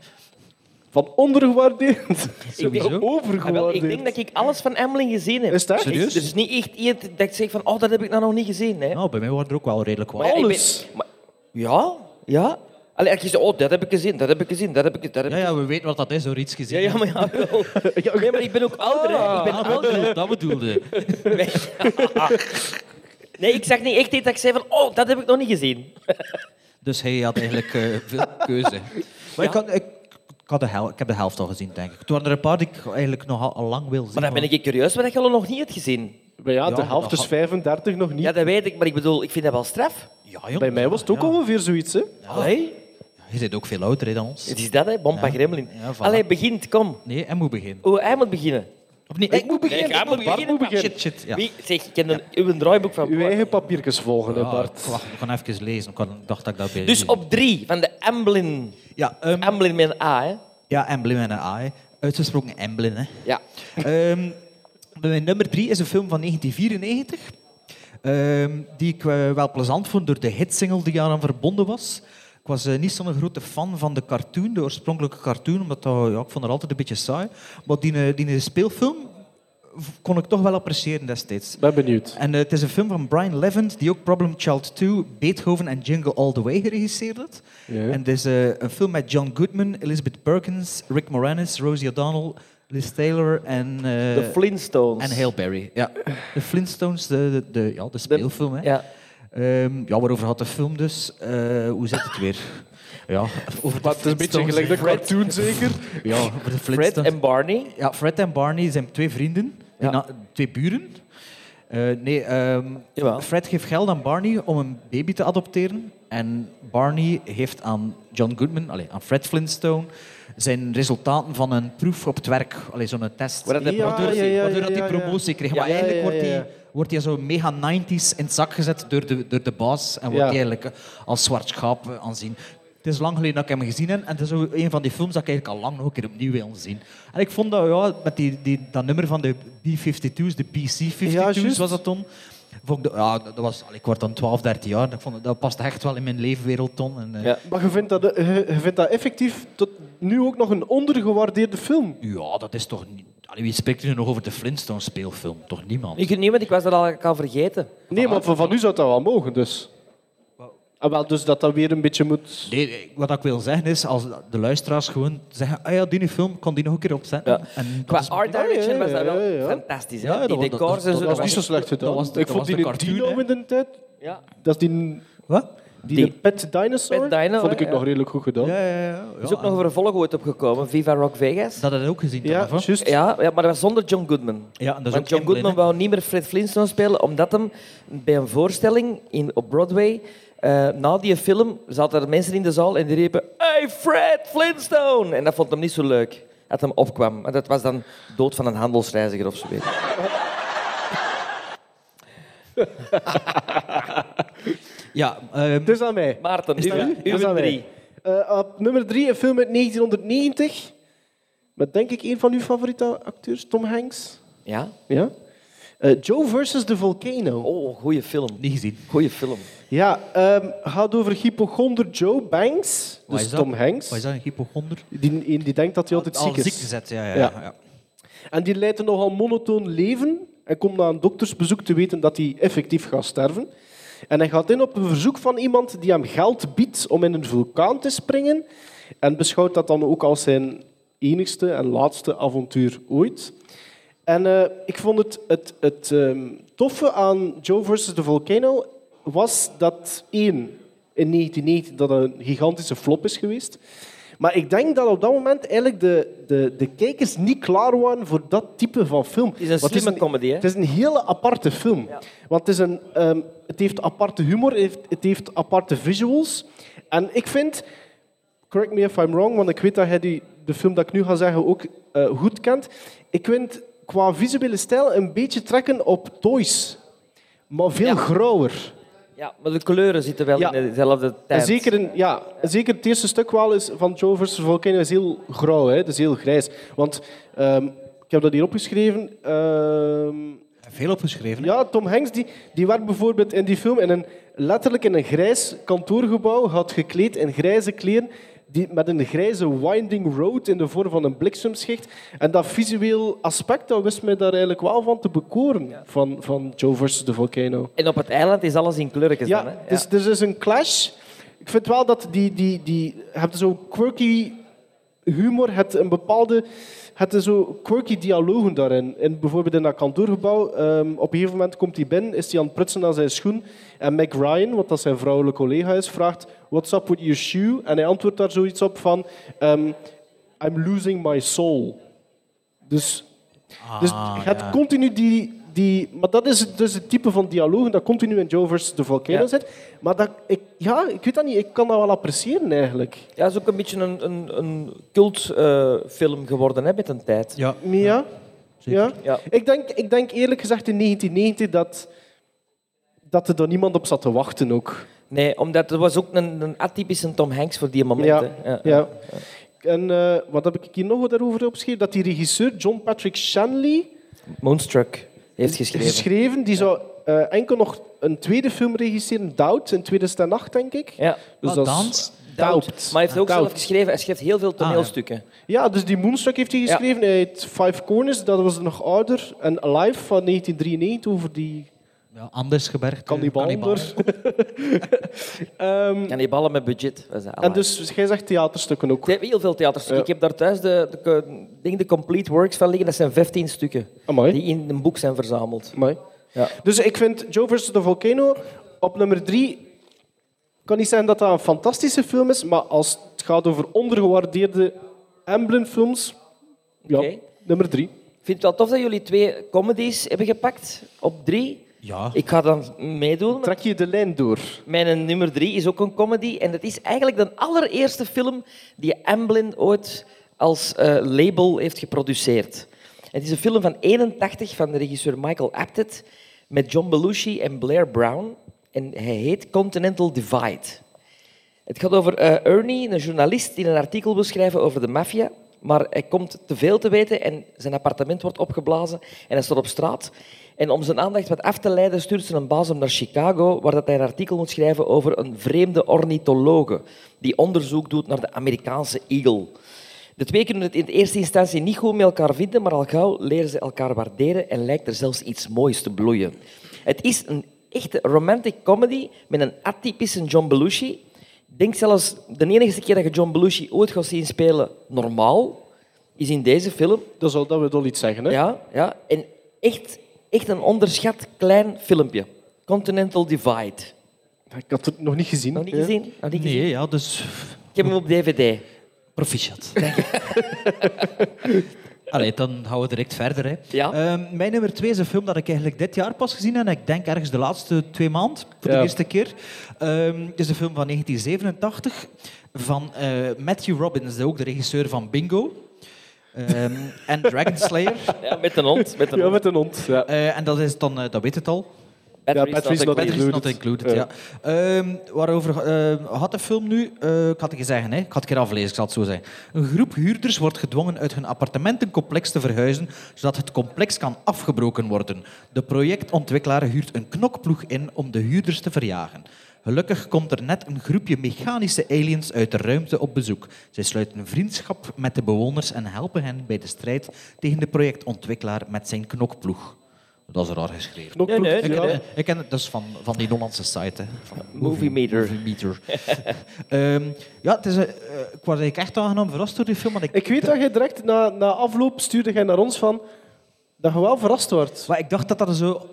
Speaker 9: Van ondergewaardeerd.
Speaker 8: Ik denk,
Speaker 5: Sowieso.
Speaker 8: Ah, wel, ik
Speaker 9: Overgewaardeerd.
Speaker 8: denk dat ik alles van Emmeling gezien heb.
Speaker 9: Is dat?
Speaker 8: Er
Speaker 5: Serieus?
Speaker 8: Er is niet echt één dat ik zeg van, oh, dat heb ik nou nog niet gezien. Hè.
Speaker 5: Nou, bij mij waren er ook wel redelijk wat.
Speaker 8: Maar ja, ik
Speaker 9: alles.
Speaker 8: ben- maar- ja, ja. Allee, als je zegt, oh, dat heb ik gezien, dat heb ik gezien, dat heb ik dat heb
Speaker 5: Ja,
Speaker 8: ik-
Speaker 5: ja, we weten wat dat is, hoor. Iets gezien.
Speaker 8: Ja, ja, maar ja,
Speaker 5: [LAUGHS]
Speaker 8: wel. Nee, maar ik ben ook ouder. Hè. Ik ben
Speaker 5: Ah, dat, bedoel, dat bedoelde.
Speaker 8: Nee, ik zeg niet echt iets dat ik zei van, oh, dat heb ik nog niet gezien.
Speaker 5: Dus hij had eigenlijk eh, [LAUGHS] veel keuze. Maar ik, had, ik, ik, had de hel, ik heb de helft al gezien, denk ik. Toen waren er een paar die ik eigenlijk nog al, al lang wil zien.
Speaker 8: Maar dan ben ik curieus, wat je al nog niet hebt gezien.
Speaker 9: Maar ja, de
Speaker 5: maar
Speaker 9: helft
Speaker 5: dat
Speaker 9: is
Speaker 5: had-
Speaker 9: 35 nog niet.
Speaker 8: Ja, dat weet ik, maar ik bedoel, ik vind dat wel straf.
Speaker 5: Ja, jongens,
Speaker 9: Bij mij was het ook
Speaker 5: ja.
Speaker 9: ongeveer zoiets. Hè.
Speaker 8: Allee,
Speaker 5: Je zit ook veel ouder hè, dan ons.
Speaker 8: het is dat, hè, Bompa Gremlin.
Speaker 5: Ja, voilà.
Speaker 8: Allee, begint, kom.
Speaker 5: Nee, hij moet beginnen.
Speaker 8: Oh, hij moet beginnen.
Speaker 5: Of nee,
Speaker 8: Ik moet beginnen. jij moet beginnen.
Speaker 5: Bart Shit, shit. Ja.
Speaker 8: Wie, zeg, ik ken een, uw draaiboek van
Speaker 9: Uw eigen papiertjes volgen, hè,
Speaker 5: Ah,
Speaker 9: Oh, Bart.
Speaker 5: wacht, ik ga even lezen. Ik had- ik dacht dat ik dat bij
Speaker 8: Dus op drie, van de Emblin.
Speaker 5: Ja, ehm,
Speaker 8: Emblin met een A, hè.
Speaker 5: ja, Emblem en een A. hè. Uitgesproken Emblem, hè.
Speaker 8: Ja.
Speaker 5: Ehm, bij mijn nummer drie is een film van 1994. ehm, die ik eh, wel plezant vond door de hitsingle die aan verbonden was. Ik was eh, niet zo'n grote fan van de cartoon, de oorspronkelijke cartoon, omdat dat, ja, ik vond het altijd een beetje saai. Maar die, eh, die speelfilm v- kon ik toch wel appreciëren destijds.
Speaker 9: Ben benieuwd.
Speaker 5: En eh, het is een film van Brian Levent, die ook Problem Child 2, Beethoven en Jingle All the Way geregisseerd had.
Speaker 9: Ja.
Speaker 5: En het is eh, een film met John Goodman, Elizabeth Perkins, Rick Moranis, Rosie O'Donnell, Liz Taylor en... eh,
Speaker 8: De Flintstones.
Speaker 5: en Hail Berry, ja. De Flintstones, de, de, de- ja, de speelfilm. Hè.
Speaker 8: Ja.
Speaker 5: Ehm, ja, waarover gaat de film dus? Eh, hoe zit het weer? Ja, over de
Speaker 9: Maar het is een beetje
Speaker 5: Flintstones,
Speaker 9: gelijk de
Speaker 5: hè.
Speaker 9: cartoon, zeker?
Speaker 5: Ja, over de
Speaker 8: Fred
Speaker 5: Flintstones.
Speaker 8: en Barney.
Speaker 5: Ja, Fred en Barney zijn twee vrienden, die
Speaker 8: Ja.
Speaker 5: na- twee buren. Eh, nee, ehm,
Speaker 8: Jawel.
Speaker 5: Fred geeft geld aan Barney om een baby te adopteren. En Barney geeft aan John Goodman, allez, aan Fred Flintstone, zijn resultaten van een proef op het werk. Allee, zo'n test.
Speaker 8: Waar dat hij
Speaker 9: Ja,
Speaker 5: waardoor
Speaker 9: ja, ja,
Speaker 5: waardoor dat
Speaker 9: ja,
Speaker 5: hij
Speaker 9: ja.
Speaker 5: promotie kreeg.
Speaker 9: Ja,
Speaker 5: maar
Speaker 9: ja, ja,
Speaker 5: eigenlijk wordt
Speaker 9: ja,
Speaker 5: hij
Speaker 9: ja.
Speaker 5: wordt hij zo mega 90s in het zak gezet door de, door de baas. En wordt
Speaker 9: Ja.
Speaker 5: hij eigenlijk eh, als zwart schaap eh, aanzien. Het is lang geleden dat ik hem gezien heb. En het is ook een van die films dat ik eigenlijk al lang nog een keer opnieuw wil zien. En ik vond dat, ja, met die, die, dat nummer van de B-52's, de
Speaker 9: Ja,
Speaker 5: BC-52's
Speaker 9: juist.
Speaker 5: was dat toen. Vond ik, dat- ja, dat was, ik word dan 12, 13 jaar. Dat, vond, ik- dat past echt wel in mijn leefwereld toen. En, eh,
Speaker 8: Ja.
Speaker 9: Maar je vindt, dat, eh, je, je vindt dat effectief tot nu ook nog een ondergewaardeerde film?
Speaker 5: ja, dat is toch niet... Allee, wie spreekt er nu nog over de Flintstones speelfilm? Toch niemand?
Speaker 8: Ik weet niet, want ik was dat al, ik al vergeten.
Speaker 9: Nee, maar van, van u zou dat wel mogen, dus. Ah, wel, dus dat dat weer een beetje moet...
Speaker 5: Nee, ik- wat ik wil zeggen is, als de luisteraars gewoon zeggen, ah ja, die film, kan die nog een keer opzetten.
Speaker 8: Ja.
Speaker 5: En
Speaker 8: Qua
Speaker 5: dat is-
Speaker 8: art direction was dat wel
Speaker 9: Ja, ja, ja.
Speaker 8: fantastisch. Hè?
Speaker 5: Ja, dat
Speaker 8: die
Speaker 5: was-
Speaker 8: decors
Speaker 5: dat-
Speaker 8: en
Speaker 5: dat
Speaker 8: zo.
Speaker 9: Dat was niet zo slecht gedaan.
Speaker 5: dat was de-
Speaker 9: ik
Speaker 5: dat
Speaker 9: vond
Speaker 5: was
Speaker 9: die
Speaker 5: de
Speaker 9: een
Speaker 5: cartoon,
Speaker 9: dino
Speaker 5: hè.
Speaker 9: in de tijd.
Speaker 8: Ja.
Speaker 9: Dat is die,
Speaker 5: Wat?
Speaker 9: die,
Speaker 8: Die-
Speaker 9: de pet dinosaur.
Speaker 8: Pet dino,
Speaker 9: vond ik
Speaker 8: hè,
Speaker 9: ook
Speaker 8: ja.
Speaker 9: nog redelijk goed gedaan.
Speaker 5: Ja,
Speaker 9: Ja,
Speaker 5: ja, ja, ja.
Speaker 8: Er is ook nog een vervolg ooit opgekomen, Viva Rock Vegas.
Speaker 5: Dat had ik ook gezien. Ja, toch,
Speaker 9: juist.
Speaker 8: Ja, ja, maar dat was zonder John Goodman.
Speaker 5: ja en dat is ook
Speaker 8: Want John
Speaker 5: Emblem,
Speaker 8: Goodman
Speaker 5: hè.
Speaker 8: wou niet meer Fred Flintstone spelen, omdat hem bij een voorstelling in, op Broadway, eh, na die film, zaten er mensen in de zaal en die riepen Hey Fred Flintstone! En dat vond hem niet zo leuk, dat hem opkwam. Maar dat was dan dood van een handelsreiziger of zo. weet ik.
Speaker 5: Ja, ehm,
Speaker 9: Het is aan mij.
Speaker 8: Maarten,
Speaker 9: Is dat
Speaker 8: uw,
Speaker 9: u?
Speaker 8: uw
Speaker 9: Dat is aan mij.
Speaker 8: drie.
Speaker 9: Eh, op nummer drie, een film uit 1990. Met denk ik een van uw favoriete acteurs, Tom Hanks.
Speaker 8: Ja?
Speaker 9: Ja? Eh, Joe versus the Volcano.
Speaker 8: Oh, goede film.
Speaker 5: niet gezien.
Speaker 8: Goeie film.
Speaker 9: Ja, ehm gaat over hypochonder Joe Banks,
Speaker 5: Wat
Speaker 9: dus
Speaker 5: is dat?
Speaker 9: Tom Hanks.
Speaker 5: Wat is dat, een hypochonder?
Speaker 9: Die, die denkt dat hij altijd
Speaker 5: Al
Speaker 9: ziek is.
Speaker 5: ziek gezet, ja.
Speaker 9: Ja.
Speaker 5: ja, ja. ja.
Speaker 9: En die leidt een nogal monotoon leven en komt na een doktersbezoek te weten dat hij effectief gaat sterven. En hij gaat in op een verzoek van iemand die hem geld biedt om in een vulkaan te springen en beschouwt dat dan ook als zijn enigste en laatste avontuur ooit. En eh, ik vond het, het, het ehm, toffe aan Joe versus the Volcano was dat één, in 1990 dat een gigantische flop is geweest. Maar ik denk dat op dat moment eigenlijk de, de, de kijkers niet klaar waren voor dat type van film.
Speaker 8: is een
Speaker 9: Want het
Speaker 8: slimme comedy, hè?
Speaker 9: Het is een hele aparte film. Want het, is een, ehm, het heeft aparte humor, het heeft, het heeft aparte visuals. En ik vind, correct me if I'm wrong, want ik weet dat jij die, de film dat ik nu ga zeggen ook eh, goed kent. Ik vind qua visuele stijl een beetje trekken op Toys, maar veel grauwer.
Speaker 8: Ja, maar de kleuren zitten wel
Speaker 9: Ja.
Speaker 8: in dezelfde tijd.
Speaker 9: En zeker, in- ja, en zeker het eerste stuk wel is van Joe vs. Volcano is heel grauw, hè? dat is heel grijs. Want ehm, ik heb dat hier opgeschreven. ehm,
Speaker 5: Veel opgeschreven.
Speaker 9: ja, Tom Hanks die, die werd bijvoorbeeld in die film in een, letterlijk in een grijs kantoorgebouw, had gekleed in grijze kleren, die, met een grijze winding road in de vorm van een bliksemschicht. En dat visueel aspect dat wist mij daar eigenlijk wel van te bekoren, van, van Joe vs. de Volcano.
Speaker 8: En op het eiland is alles in kleurtjes
Speaker 9: Ja,
Speaker 8: dan, hè? Ja.
Speaker 9: dus, dus is een clash. Ik vind wel dat die... die, die je hebt zo'n quirky humor, het een bepaalde... Het is zo quirky dialogen daarin. In, bijvoorbeeld in dat kantoorgebouw. ehm, op een gegeven moment komt hij binnen, is hij aan het prutsen aan zijn schoen. En Mac Ryan, wat dat zijn vrouwelijke collega is, vraagt... What's up with your shoe? En hij antwoordt daar zoiets op van... ehm, I'm losing my soul. Dus, dus je hebt continu die, die... Maar dat is het- dus het type van dialoog dat continu in Joe vs. de Volcano
Speaker 8: Ja.
Speaker 9: zit. Maar dat, ik, ja, ik weet dat niet. Ik kan dat wel appreciëren, eigenlijk.
Speaker 8: Ja, dat is ook een beetje een, een, een cultfilm geworden hè, met een tijd.
Speaker 5: Ja.
Speaker 9: Ja? Ja?
Speaker 8: Ja.
Speaker 9: Ik, denk, ik denk eerlijk gezegd in 1990 dat, dat er dan niemand op zat te wachten ook.
Speaker 8: Nee, omdat er was ook een, een atypische Tom Hanks voor die momenten. Ja.
Speaker 9: Ja. En eh, wat heb ik hier nog daarover opgeschreven? Dat die regisseur John Patrick Shanley...
Speaker 8: Moonstruck heeft geschreven.
Speaker 9: geschreven. Die zou eh, enkel nog een tweede film regisseren, Doubt, in 2008, denk ik.
Speaker 8: Ja.
Speaker 9: Dus
Speaker 5: Wat,
Speaker 9: dat is-
Speaker 5: dans?
Speaker 9: Doubt.
Speaker 8: Maar hij heeft ook
Speaker 9: Doubt.
Speaker 8: zelf geschreven. Hij schrijft heel
Speaker 5: Ah,
Speaker 8: veel toneelstukken.
Speaker 9: Ja, dus die Moonstruck heeft hij
Speaker 8: Ja.
Speaker 9: geschreven. Hij heet Five Corners, dat was nog ouder. En Alive van 1993, over die
Speaker 5: Ja, anders gebergd.
Speaker 9: kannibal. Ehm,
Speaker 8: En die ballen met budget. was dat
Speaker 9: en
Speaker 8: allemaal.
Speaker 9: dus, jij zegt theaterstukken ook.
Speaker 8: Ik heb heel veel theaterstukken.
Speaker 9: Ja.
Speaker 8: Ik heb daar thuis de, de, de, ding, de complete works van liggen. Dat zijn 15 stukken
Speaker 9: Amai.
Speaker 8: die in een boek zijn verzameld.
Speaker 9: Amai.
Speaker 8: Ja.
Speaker 9: Dus ik vind Joe vs. de Volcano op nummer drie. Ik kan niet zeggen dat dat een fantastische film is, maar als het gaat over ondergewaardeerde Amblin-films, ja,
Speaker 8: Oké.
Speaker 9: nummer drie.
Speaker 8: Ik vind het wel tof dat jullie twee comedies hebben gepakt op drie.
Speaker 5: Ja.
Speaker 8: Ik ga dan meedoen.
Speaker 9: Trek je de lijn door.
Speaker 8: Mijn nummer drie is ook een comedy. En dat is eigenlijk de allereerste film die Amblin ooit als eh, label heeft geproduceerd. Het is een film van 81 van de regisseur Michael Apted met John Belushi en Blair Brown. En hij heet Continental Divide. Het gaat over eh, Ernie, een journalist die een artikel wil schrijven over de maffia. Maar hij komt te veel te weten en zijn appartement wordt opgeblazen en hij staat op straat. En om zijn aandacht wat af te leiden stuurt ze een baas hem naar Chicago, waar dat hij een artikel moet schrijven over een vreemde ornithologe die onderzoek doet naar de Amerikaanse eagle. De twee kunnen het in eerste instantie niet goed met elkaar vinden, maar al gauw leren ze elkaar waarderen en lijkt er zelfs iets moois te bloeien. Het is een echte romantic comedy met een atypische John Belushi, ik denk zelfs, de enige keer dat je John Belushi ooit gaat zien spelen normaal, is in deze film.
Speaker 9: Dat zal dat we wel iets zeggen, hè?
Speaker 8: Ja, ja. En echt, echt een onderschat klein filmpje. Continental Divide.
Speaker 9: Ik had het nog niet gezien.
Speaker 8: Nog niet
Speaker 9: hè.
Speaker 8: gezien? Nog niet gezien?
Speaker 5: Nee, ja, dus
Speaker 8: Ik heb hem op DVD. [LAUGHS]
Speaker 5: proficiat. Allee, dan gaan we direct verder. Hè.
Speaker 9: Eh.
Speaker 8: Ja.
Speaker 5: Ehm, mijn nummer twee is een film dat ik eigenlijk dit jaar pas gezien heb. En ik denk ergens de laatste twee maanden, voor de
Speaker 9: Ja.
Speaker 5: eerste keer. Ehm, het is een film van 1987 van eh, Matthew Robbins, ook de regisseur van Bingo. Ehm, en Dragon Slayer. [LAUGHS]
Speaker 8: Ja, met een hond. Met een
Speaker 9: Ja,
Speaker 8: hond.
Speaker 9: met een hond. Ja.
Speaker 5: Eh, en dat is dan, eh, dat weet het al,
Speaker 8: Battery
Speaker 9: Ja, Battery
Speaker 8: Static
Speaker 9: is not
Speaker 8: Blade.
Speaker 5: Batteries not included, ja. Ehm, waarover eh, had de film nu? Eh, ik had het gezegd, hè. ik had het een keer aflezen, ik zal het zo zeggen. Een groep huurders wordt gedwongen uit hun appartementencomplex te verhuizen, zodat het complex kan afgebroken worden. De projectontwikkelaar huurt een knokploeg in om de huurders te verjagen. Gelukkig komt er net een groepje mechanische aliens uit de ruimte op bezoek. Zij sluiten vriendschap met de bewoners en helpen hen bij de strijd tegen de projectontwikkelaar met zijn knokploeg. Dat is raar geschreven.
Speaker 9: Knokploeg,
Speaker 8: Nee, nee,
Speaker 5: Ik
Speaker 9: ja.
Speaker 5: ken, ik ken het dus van, van die Hollandse site. Hè. Van
Speaker 8: Movie Meter.
Speaker 5: Movie Meter. [LAUGHS] Ehm, ja, het is een, eh, ik was eigenlijk echt aangenaam verrast door die film. Want ik,
Speaker 9: Ik weet dat je direct na, na afloop stuurde jij naar ons van dat je wel verrast wordt.
Speaker 5: maar ik dacht dat dat zo...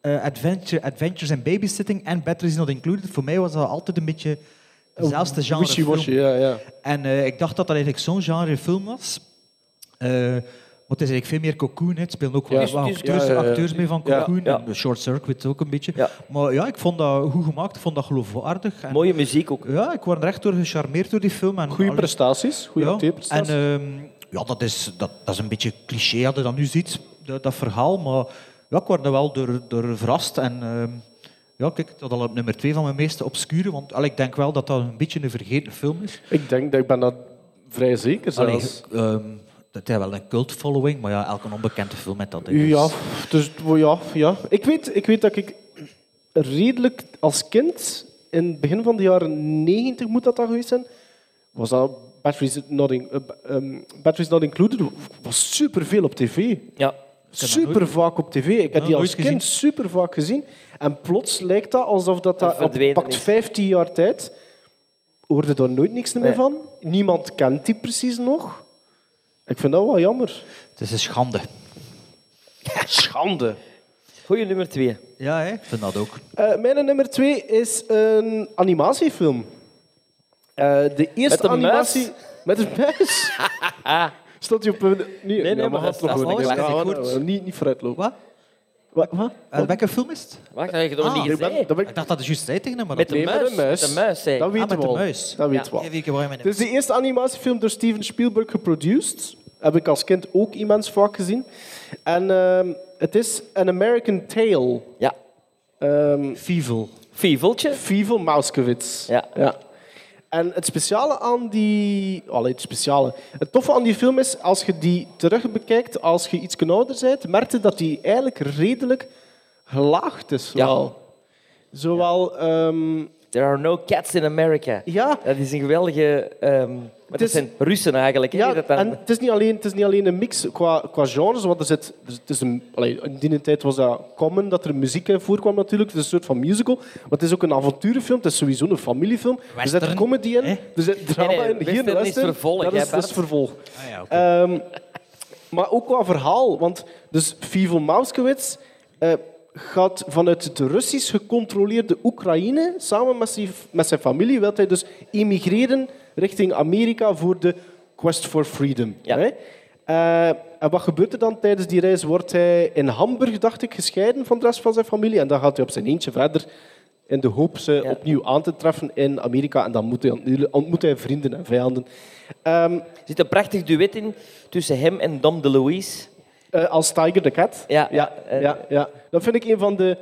Speaker 5: eh, adventure, Adventures in Babysitting en Batteries Not Included. Voor mij was dat altijd een beetje dezelfde genre
Speaker 9: Wishy-washy,
Speaker 5: film.
Speaker 9: ja, ja.
Speaker 5: En eh, ik dacht dat dat eigenlijk zo'n genre film was. Eh, Want het is eigenlijk veel meer Cocoon. hè. Het spelen ook
Speaker 8: Ja,
Speaker 5: wel
Speaker 8: het is-
Speaker 5: wel
Speaker 8: het is-
Speaker 5: acteurs,
Speaker 8: ja, ja, ja.
Speaker 5: acteurs mee van
Speaker 8: Ja,
Speaker 5: Cocoon.
Speaker 8: ja.
Speaker 5: En de Short Circuit ook een beetje. Maar ja, ik vond dat goed gemaakt. Ik vond dat geloofwaardig. En
Speaker 8: Mooie muziek ook.
Speaker 5: ja, ik word er echt door gecharmeerd door die film. En
Speaker 9: Goede
Speaker 5: alle-
Speaker 9: prestaties, goede
Speaker 5: Ja, En
Speaker 9: acteerprestaties.
Speaker 5: ehm, ja, dat is, dat, dat is een beetje cliché dat je dat nu ziet, dat, dat verhaal. Maar ja, ik word er wel door, door verrast. En ehm, ja, kijk, dat al op nummer twee van mijn meeste obscure. Want allee, ik denk wel dat dat een beetje een vergeten film is.
Speaker 9: Ik denk dat ik ben dat vrij zeker
Speaker 5: Allee,
Speaker 9: zelfs.
Speaker 5: ehm, dat heeft wel een cult following, maar ja, elke onbekende film met dat. hè. Dus-
Speaker 9: Ja, dus, oh ja, ja. Ik, weet, ik weet dat ik redelijk als kind, in het begin van de jaren 90 moet dat dan geweest zijn, was dat Batteries Not, in, eh, ehm, Batteries Not Included, was superveel op tv.
Speaker 8: Ja.
Speaker 9: Super vaak op tv. Ik heb die
Speaker 5: nooit
Speaker 9: als kind super vaak gezien. En plots lijkt dat alsof dat,
Speaker 8: Dat
Speaker 9: dat op
Speaker 8: verdwenen
Speaker 9: pakt
Speaker 8: is.
Speaker 9: 15 jaar tijd. Hoorde daar nooit niks meer
Speaker 8: Nee.
Speaker 9: van. Niemand kent die precies nog. Ik vind dat wel jammer.
Speaker 5: Het is een schande.
Speaker 9: Schande.
Speaker 8: Goeie nummer twee.
Speaker 5: Ja, hè? ik vind dat ook.
Speaker 9: Eh, mijn nummer twee is een animatiefilm. Eh, de eerste
Speaker 8: Met een
Speaker 9: animatie met een
Speaker 8: [LAUGHS]
Speaker 9: muis. Stond je op een. Nee,
Speaker 8: nee, maar dat-
Speaker 9: had nog
Speaker 8: dat is
Speaker 9: gewoon
Speaker 8: alles
Speaker 9: niks.
Speaker 8: wat ik
Speaker 9: Ja,
Speaker 8: hoort.
Speaker 9: nou, Niet, niet vooruitlopen.
Speaker 5: Wat?
Speaker 9: Wat? Wat?
Speaker 5: Eh, welke film is het?
Speaker 8: Wacht, dat heb je toch niet
Speaker 9: Ik ben-
Speaker 8: gezegd?
Speaker 9: dat ben
Speaker 5: Ik
Speaker 9: ik-
Speaker 5: dacht dat het juist zei tegen hem, maar
Speaker 8: Met
Speaker 5: dat...
Speaker 8: de
Speaker 9: Nee, met een
Speaker 8: muis.
Speaker 9: muis.
Speaker 8: Met de muis, zei
Speaker 9: Dat
Speaker 8: ik.
Speaker 9: weten
Speaker 5: Ah, met
Speaker 9: we
Speaker 5: de
Speaker 9: al.
Speaker 5: muis.
Speaker 9: Dat weten we
Speaker 5: Geef
Speaker 9: al.
Speaker 5: ik waar je mee-
Speaker 9: Het is de eerste animatiefilm door Steven Spielberg geproduced. Heb ik als kind ook immens vaak gezien. En ehm, het is An American Tale.
Speaker 8: Ja.
Speaker 9: Ehm
Speaker 5: Fievel.
Speaker 8: Fieveltje.
Speaker 9: Vivo Mauskowitz.
Speaker 8: Ja.
Speaker 9: En het speciale aan die... Allee, het speciale. Het toffe aan die film is, als je die terug bekijkt, als je iets ouder bent, merkte dat die eigenlijk redelijk gelaagd is.
Speaker 8: Ja.
Speaker 9: wel. Zowel... ehm,
Speaker 8: There are no cats in America.
Speaker 9: ja,
Speaker 8: Dat is een geweldige... ehm maar dat
Speaker 9: is-
Speaker 8: zijn Russen eigenlijk. hè, die
Speaker 9: Dus- Ja,
Speaker 8: dat dan-
Speaker 9: en het is, niet alleen, het is niet alleen een mix qua, qua genres, want er zit, er- het is een, allee, in die tijd was dat common dat er muziek in voorkwam natuurlijk. Het is een soort van musical, maar het is ook een avonturenfilm. Het is sowieso een familiefilm. er
Speaker 5: Western,
Speaker 9: zit comedy in,
Speaker 5: hè?
Speaker 9: er zit drama
Speaker 8: Nee, nee,
Speaker 9: in. Geen
Speaker 8: western is vervolg,
Speaker 9: dat
Speaker 8: hè,
Speaker 9: is, dat is
Speaker 8: Bart?
Speaker 9: vervolg.
Speaker 5: Ah, ja, oké.
Speaker 9: Ehm, maar ook qua verhaal, want dus Vivo Mauskowitz eh, gaat vanuit het Russisch gecontroleerde Oekraïne samen met zijn, met zijn familie wil hij dus emigreren richting Amerika voor de quest for freedom.
Speaker 8: Ja.
Speaker 9: Hè? Eh, en wat gebeurt er dan tijdens die reis? Wordt hij in Hamburg, dacht ik, gescheiden van de rest van zijn familie en dan gaat hij op zijn eentje verder in de hoop ze
Speaker 8: Ja.
Speaker 9: opnieuw aan te treffen in Amerika en dan moet hij, ontmoet hij vrienden en vijanden. Ehm,
Speaker 8: Er zit een prachtig duet in tussen hem en Dom de Louise.
Speaker 9: Eh, als Tiger the Cat.
Speaker 8: Ja,
Speaker 9: ja,
Speaker 8: eh,
Speaker 9: ja, ja. Dat vind ik een van de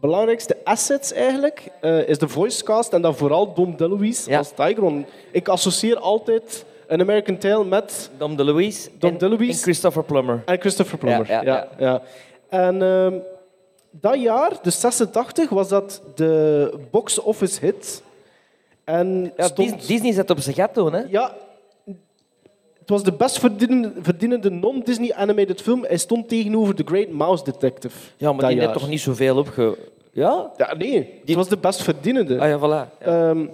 Speaker 9: belangrijkste assets eigenlijk. eh, is de voicecast en dan vooral Dom DeLuise
Speaker 8: Ja.
Speaker 9: als Tiger. Want ik associeer altijd een American Tale met
Speaker 8: Dom de Louise.
Speaker 9: Dom
Speaker 8: en,
Speaker 9: DeLuise.
Speaker 8: En Christopher Plummer.
Speaker 9: en Christopher Plummer.
Speaker 8: Ja, ja,
Speaker 9: ja. En ehm, dat jaar, dus 86, was dat de box office hit. En
Speaker 8: Ja,
Speaker 9: stond...
Speaker 8: Dis- Disney zat op zijn gat toen, hè?
Speaker 9: Ja, het was de best verdienende, verdienende non-Disney animated film. Hij stond tegenover The Great Mouse Detective.
Speaker 8: Ja, maar
Speaker 9: dat
Speaker 8: die
Speaker 9: jaar.
Speaker 8: net toch niet zoveel opge... Ja?
Speaker 9: Ja, nee. Het was de best verdienende.
Speaker 8: Ah ja, voilà.
Speaker 9: Ehm,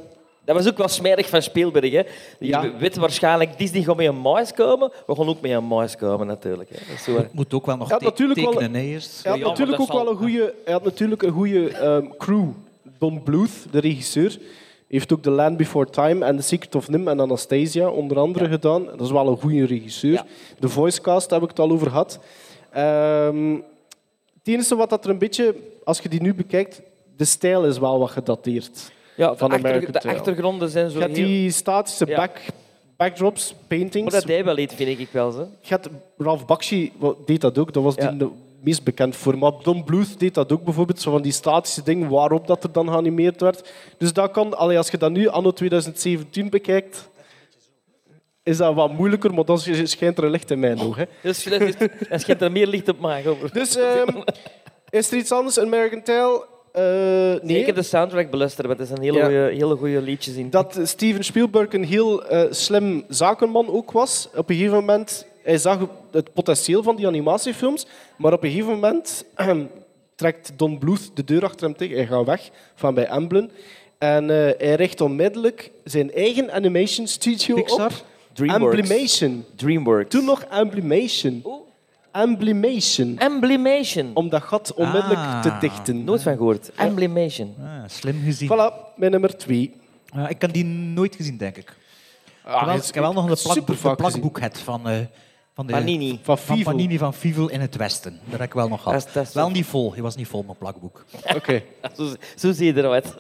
Speaker 8: Dat was ook wel smerig van Spielberg, hè? Die
Speaker 9: Ja.
Speaker 8: weet waarschijnlijk, Disney gaat met een muis komen. We gaan ook met een muis komen, natuurlijk. Hè. Dat is zo, hè.
Speaker 5: Moet ook wel nog
Speaker 9: Ja,
Speaker 5: te-
Speaker 9: natuurlijk wel-
Speaker 5: tekenen, hè, eerst.
Speaker 9: hij had
Speaker 8: maar
Speaker 9: natuurlijk
Speaker 8: dat
Speaker 9: ook
Speaker 8: zal-
Speaker 9: wel een goede, hij had natuurlijk een goede ehm, crew. Don Bluth, de regisseur, heeft ook The Land Before Time en The Secret of Nim en Anastasia onder andere gedaan. Dat is wel een goede regisseur.
Speaker 8: Ja.
Speaker 9: De voicecast daar heb ik het al over gehad. Ehm, het enige wat dat er een beetje, als je die nu bekijkt, de stijl is wel wat gedateerd.
Speaker 8: Ja,
Speaker 9: Van
Speaker 8: de,
Speaker 9: American
Speaker 8: de
Speaker 9: Tail.
Speaker 8: achtergronden zijn zo
Speaker 9: Je hebt
Speaker 8: heel-
Speaker 9: die statische
Speaker 8: Ja.
Speaker 9: back, backdrops, paintings.
Speaker 8: Maar dat deed wel iets, vind ik wel. Zo.
Speaker 9: Gaat, Ralph Bakshi wa- deed dat ook. Dat was
Speaker 8: Ja.
Speaker 9: die de meest bekend voor. Maar Don Bluth deed dat ook bijvoorbeeld. Zo van die statische dingen waarop dat er dan geanimeerd werd. Dus dat kan, allee, als je dat nu anno 2017 bekijkt, is dat wat moeilijker. Maar dan sch- schijnt er een licht in mijn ogen.
Speaker 8: Dus dat is- dat schijnt er meer licht op mij. over.
Speaker 9: Dus
Speaker 8: [LAUGHS]
Speaker 9: ehm, is er iets anders? American Tale? Eh, nee.
Speaker 8: Zeker de soundtrack beluisteren, want er zijn hele
Speaker 9: Ja.
Speaker 8: goeie- hele goede liedjes in.
Speaker 9: dat Steven Spielberg een heel eh, slim zakenman ook was. Op een gegeven moment, hij zag het potentieel van die animatiefilms, maar op een gegeven moment [CLEARS THROAT] trekt Don Bluth de deur achter hem tegen. Hij gaat weg van bij Amblin. En eh, hij richt onmiddellijk zijn eigen animation studio
Speaker 5: Pixar?
Speaker 9: op.
Speaker 8: DreamWorks.
Speaker 9: Amblimation.
Speaker 8: DreamWorks.
Speaker 9: Toen nog Amblimation.
Speaker 8: Oeh.
Speaker 9: Amblimation.
Speaker 8: Emblemation.
Speaker 9: Om dat gat onmiddellijk
Speaker 5: Ah.
Speaker 9: te dichten.
Speaker 8: Nooit van gehoord. Emblemation.
Speaker 5: Ah, slim gezien.
Speaker 9: Voilà, mijn nummer twee.
Speaker 5: Ja, ik heb die nooit gezien, denk ik. Terwijl
Speaker 9: dat is-
Speaker 5: ik heb wel nog
Speaker 9: ik
Speaker 5: een
Speaker 9: heb
Speaker 5: plakboek,
Speaker 9: supervaak
Speaker 5: een plakboek het van eh, Van de,
Speaker 8: Panini.
Speaker 5: Van,
Speaker 9: Van
Speaker 5: Panini
Speaker 9: Fivel.
Speaker 5: van Fivel in het Westen. Dat heb ik wel nog gehad.
Speaker 8: Dat is- dat is
Speaker 5: wel
Speaker 8: zo.
Speaker 5: niet vol. Hij was niet vol, mijn plakboek.
Speaker 9: Oké.
Speaker 8: [LAUGHS] Zo, zo zie je eruit.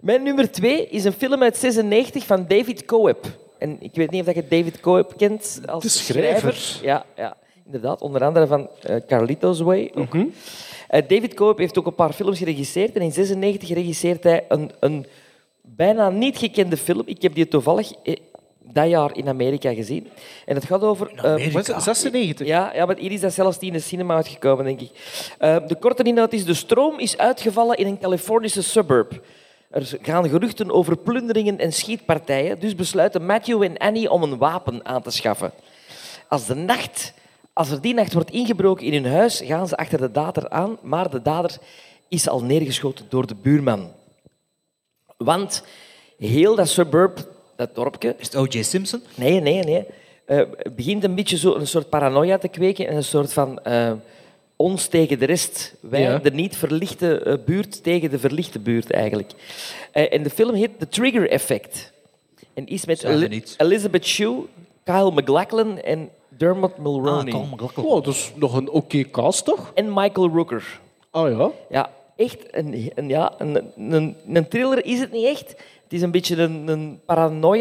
Speaker 8: Mijn nummer twee is een film uit 96 van David Coeb. En ik weet niet of dat je David Coeb kent als
Speaker 9: De schrijver.
Speaker 8: Ja, ja, inderdaad. Onder andere van eh, Carlito's Way. ook.
Speaker 9: Mhm.
Speaker 8: Eh, David Coeb heeft ook een paar films geregisseerd. En in 96 regisseert hij een, een bijna niet gekende film. Ik heb die toevallig eh, dat jaar in Amerika gezien. En het gaat over... eh,
Speaker 9: Was het 96?
Speaker 8: ja, ja, maar hier is dat zelfs niet in de cinema uitgekomen, denk ik. Eh, de korte inhoud is: de stroom is uitgevallen in een Californische suburb. Er gaan geruchten over plunderingen en schietpartijen, dus besluiten Matthew en Annie om een wapen aan te schaffen. Als, de nacht, als er die nacht wordt ingebroken in hun huis, gaan ze achter de dader aan, maar de dader is al neergeschoten door de buurman. Want heel dat suburb, dat dorpje,
Speaker 5: Is het O.J. Simpson? Ah,
Speaker 8: Nee, nee, nee. Eh, het begint een beetje zo een soort paranoia te kweken en een soort van eh, ons tegen de rest. Wij,
Speaker 9: Ja.
Speaker 8: de niet verlichte eh, buurt tegen de verlichte buurt eigenlijk. Eh, en de film heet The Trigger Effect. En is met
Speaker 5: Zeg me
Speaker 8: Eli-
Speaker 5: niets.
Speaker 8: Elizabeth Shue, Kyle MacLachlan en Dermot
Speaker 5: Ah,
Speaker 8: Mulroney.
Speaker 5: kom, kom, kom.
Speaker 9: Oh, dat is nog een oké cast, toch?
Speaker 8: en Michael Rooker.
Speaker 9: Ah ja.
Speaker 8: Ja, echt een, een, ja, een, een, een thriller is het niet echt. Het is een beetje een, een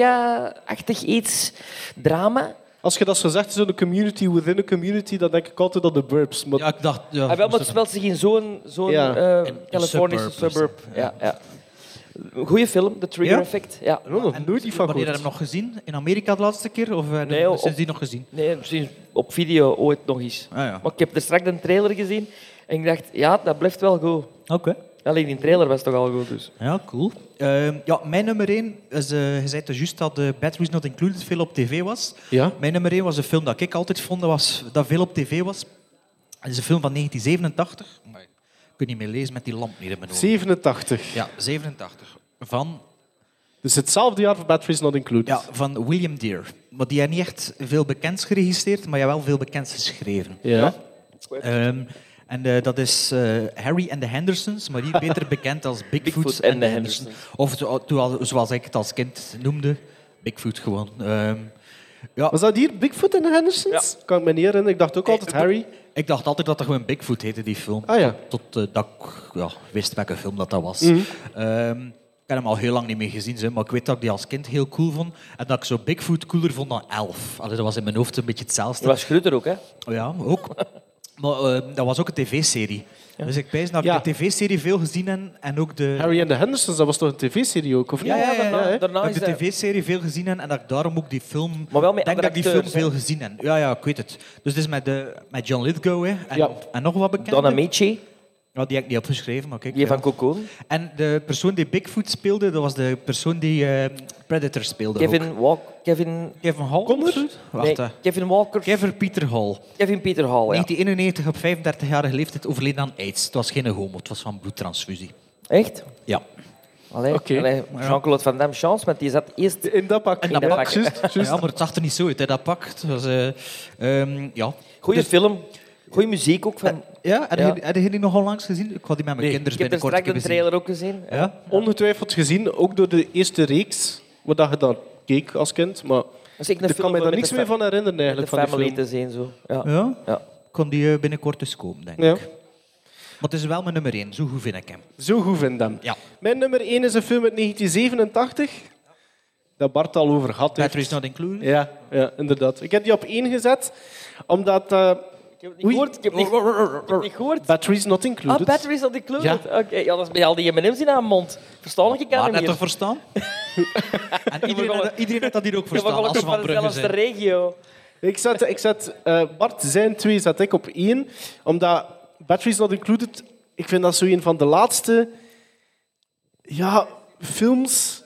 Speaker 8: paranoia-achtig iets, drama.
Speaker 9: Als je dat zo zegt, zo'n community within a community, dan denk ik altijd aan de burps. Maar
Speaker 5: Ja, ik dacht... Ja,
Speaker 8: Ah, wel, maar
Speaker 5: moest
Speaker 8: het
Speaker 5: er-
Speaker 8: speelt zich in zo'n zo'n
Speaker 9: Ja.
Speaker 8: eh,
Speaker 5: In een
Speaker 8: Californische
Speaker 5: suburb,
Speaker 8: suburb.
Speaker 5: is dat.
Speaker 8: Ja, ja. Goeie film, The Trigger
Speaker 5: Ja?
Speaker 8: Effect. Ja.
Speaker 9: ik heb nog nooit die van
Speaker 5: Wanneer heb
Speaker 9: gehoord.
Speaker 5: je hem nog gezien? In Amerika de laatste keer? Of eh,
Speaker 8: Nee, op-
Speaker 5: sindsdien nog gezien?
Speaker 8: Nee, misschien op video ooit nog eens.
Speaker 5: Ah, ja.
Speaker 8: Maar ik heb er straks een trailer gezien en ik dacht, ja, dat blijft wel goed.
Speaker 5: Oké.
Speaker 8: Alleen die trailer was toch al goed, dus.
Speaker 5: Ja, cool. Ehm, ja, mijn nummer één is... eh je zei het juist dat de Batteries Not Included veel op tv was.
Speaker 9: Ja?
Speaker 5: Mijn nummer één was een film dat ik altijd vond dat, was, dat veel op tv was. Het is een film van 1987. Maar ik kan niet meer lezen met die lamp niet in mijn ogen.
Speaker 9: 87.
Speaker 5: Ja, 87. Van
Speaker 9: Dus hetzelfde jaar voor Batteries Not Included.
Speaker 5: Ja, van William Deere. Want die heeft niet echt veel bekends geregisseerd, maar hij heeft wel veel bekends geschreven.
Speaker 9: Ja.
Speaker 5: Ehm, en eh, dat is eh, Harry en de Hendersons, maar hier [LAUGHS] beter bekend als Bigfoot,
Speaker 8: Bigfoot
Speaker 5: en de Hendersons. Of zo- toe- zoals ik het als kind noemde, Bigfoot gewoon. Ehm, ja,
Speaker 9: Was dat hier Bigfoot en de Hendersons? Kan ik me niet herinneren. Ik dacht ook altijd
Speaker 5: Eh,
Speaker 9: Harry.
Speaker 5: Ik dacht altijd dat dat gewoon Bigfoot heette, die film.
Speaker 9: Ah, ja. Mhm.
Speaker 5: Tot eh, dat ik ja, wist welke film dat, dat was. Ehm, ik heb hem al heel lang niet meer gezien, zeg, maar ik weet dat ik die als kind heel cool vond. En dat ik zo Bigfoot cooler vond dan Elf. Allee, dat was in mijn hoofd een beetje hetzelfde. Oh
Speaker 8: Dat was Grutter ook, hè?
Speaker 5: Ja, ook. Maar ehm, dat was ook een tv-serie. Dus ik pijs dat ik
Speaker 9: Ja.
Speaker 5: de tv-serie veel gezien heb en ook de...
Speaker 9: Harry en de Hendersons, dat was toch een tv-serie ook, of niet?
Speaker 5: Ja, ja, ja, ja.
Speaker 9: hè?
Speaker 8: Daarna
Speaker 5: dat
Speaker 8: is
Speaker 5: ik de
Speaker 8: dat-
Speaker 5: tv-serie veel gezien heb en dat ik daarom ook die film...
Speaker 8: Maar wel met
Speaker 5: denk dat
Speaker 8: andere
Speaker 5: ik die film
Speaker 8: acteurs, hè?
Speaker 5: veel gezien heb. Ja, ja, ik weet het. Dus het is met, de, met John Lithgow hè, en,
Speaker 9: Ja.
Speaker 5: en nog wat bekend.
Speaker 8: Don Amici,
Speaker 5: Ja, die heb ik niet opgeschreven, maar kijk.
Speaker 8: die
Speaker 5: ja.
Speaker 8: van Cocoon.
Speaker 5: En de persoon die Bigfoot speelde, dat was de persoon die eh, Predator speelde ook.
Speaker 8: Kevin Walk... Kevin...
Speaker 5: Kevin Hall?
Speaker 9: Conner?
Speaker 8: Nee,
Speaker 5: Wacht, hè.
Speaker 8: Kevin Walker.
Speaker 5: Kevin Peter Hall.
Speaker 8: Kevin Peter Hall, ja.
Speaker 5: 1991 op 35-jarige leeftijd overleden aan AIDS. Het was geen homo, het was van bloedtransfusie.
Speaker 8: Echt?
Speaker 5: Ja.
Speaker 8: Allee,
Speaker 9: Oké.
Speaker 8: allee, Jean-Claude Van Damme chance, want die zat eerst...
Speaker 9: In dat pak.
Speaker 8: In dat pak.
Speaker 9: Juist, juist.
Speaker 5: Ja, maar het zag er niet zo uit, hè, dat pak. Het was, eh, ehm, ja.
Speaker 8: Goeie
Speaker 5: Dus-
Speaker 8: film. Goeie muziek ook van...
Speaker 5: Ja, heb je-
Speaker 8: Ja.
Speaker 5: heb je die nog onlangs gezien? Ik had die met mijn
Speaker 8: Ik
Speaker 5: kinderen
Speaker 8: heb er
Speaker 5: binnenkort
Speaker 8: straks
Speaker 5: een
Speaker 8: een
Speaker 5: keer
Speaker 8: trailer ook gezien.
Speaker 5: bezien. Ja?
Speaker 9: Ongetwijfeld gezien, ook door de eerste reeks, wat dat je dan keek als kind. Maar
Speaker 8: Dus ik
Speaker 9: ik kan me daar niks meer van herinneren,
Speaker 8: De
Speaker 9: eigenlijk, van die
Speaker 8: family
Speaker 9: film.
Speaker 8: te zien, zo. Ja.
Speaker 5: Ja?
Speaker 8: Ja.
Speaker 5: Kon die eh, binnenkort dus komen, denk ik.
Speaker 9: Ja.
Speaker 5: Maar het is wel mijn nummer één, zo goed vind ik hem.
Speaker 9: Zo goed vind ik hem.
Speaker 5: Ja.
Speaker 9: Mijn nummer 1 is een film uit 1987, dat Bart al over had. heeft.
Speaker 5: Patrick's Not Included.
Speaker 9: Ja, ja, inderdaad. Ik heb die op één gezet, omdat... eh,
Speaker 8: Ik heb
Speaker 9: Oei.
Speaker 8: gehoord, ik heb niet, ik heb niet gehoord.
Speaker 9: batteries not
Speaker 8: Ah,
Speaker 9: included.
Speaker 8: batteries on the cloud.
Speaker 9: Ja.
Speaker 8: Oké, ja, dat is bij al die M&M's in haar mond. Verstaan ik
Speaker 5: Maar
Speaker 8: aan
Speaker 5: net toch
Speaker 8: hem hier. [LAUGHS]
Speaker 5: verstaan? en iedereen,
Speaker 8: gewoon-
Speaker 5: had, iedereen had dat hier ook
Speaker 8: Ja, maar
Speaker 5: verstaan,
Speaker 8: gelukkig
Speaker 5: als ze
Speaker 8: van
Speaker 5: van Brugge
Speaker 8: dezelfde
Speaker 5: zijn.
Speaker 8: regio.
Speaker 9: Ik zet, ik zet eh, Bart zijn twee zet ik op één, omdat Batteries Not Included, ik vind dat zo een van de laatste ja, films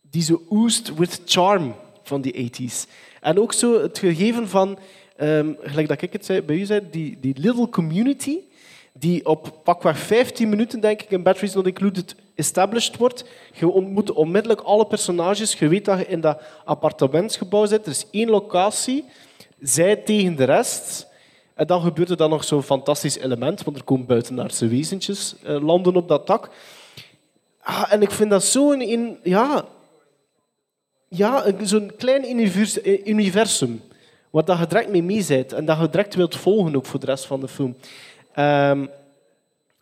Speaker 9: die zo oest with charm van die 80s. En ook zo het gegeven van, ehm, gelijk dat ik het zei, bij u zei, die, die little community, die op pakweg 15 minuten, denk ik, in Batteries Not Included established wordt. Je ontmoet onmiddellijk alle personages. Je weet dat je in dat appartementsgebouw zit. Er is één locatie, zij tegen de rest. En dan gebeurt er dan nog zo'n fantastisch element, want er komen buitenaardse wezentjes eh, landen op dat dak. Ah, en ik vind dat zo'n... in- Ja, ja, een- zo'n klein univers- eh, universum. waar dat je direct mee mee zit en dat je direct wilt volgen ook voor de rest van de film. Ehm,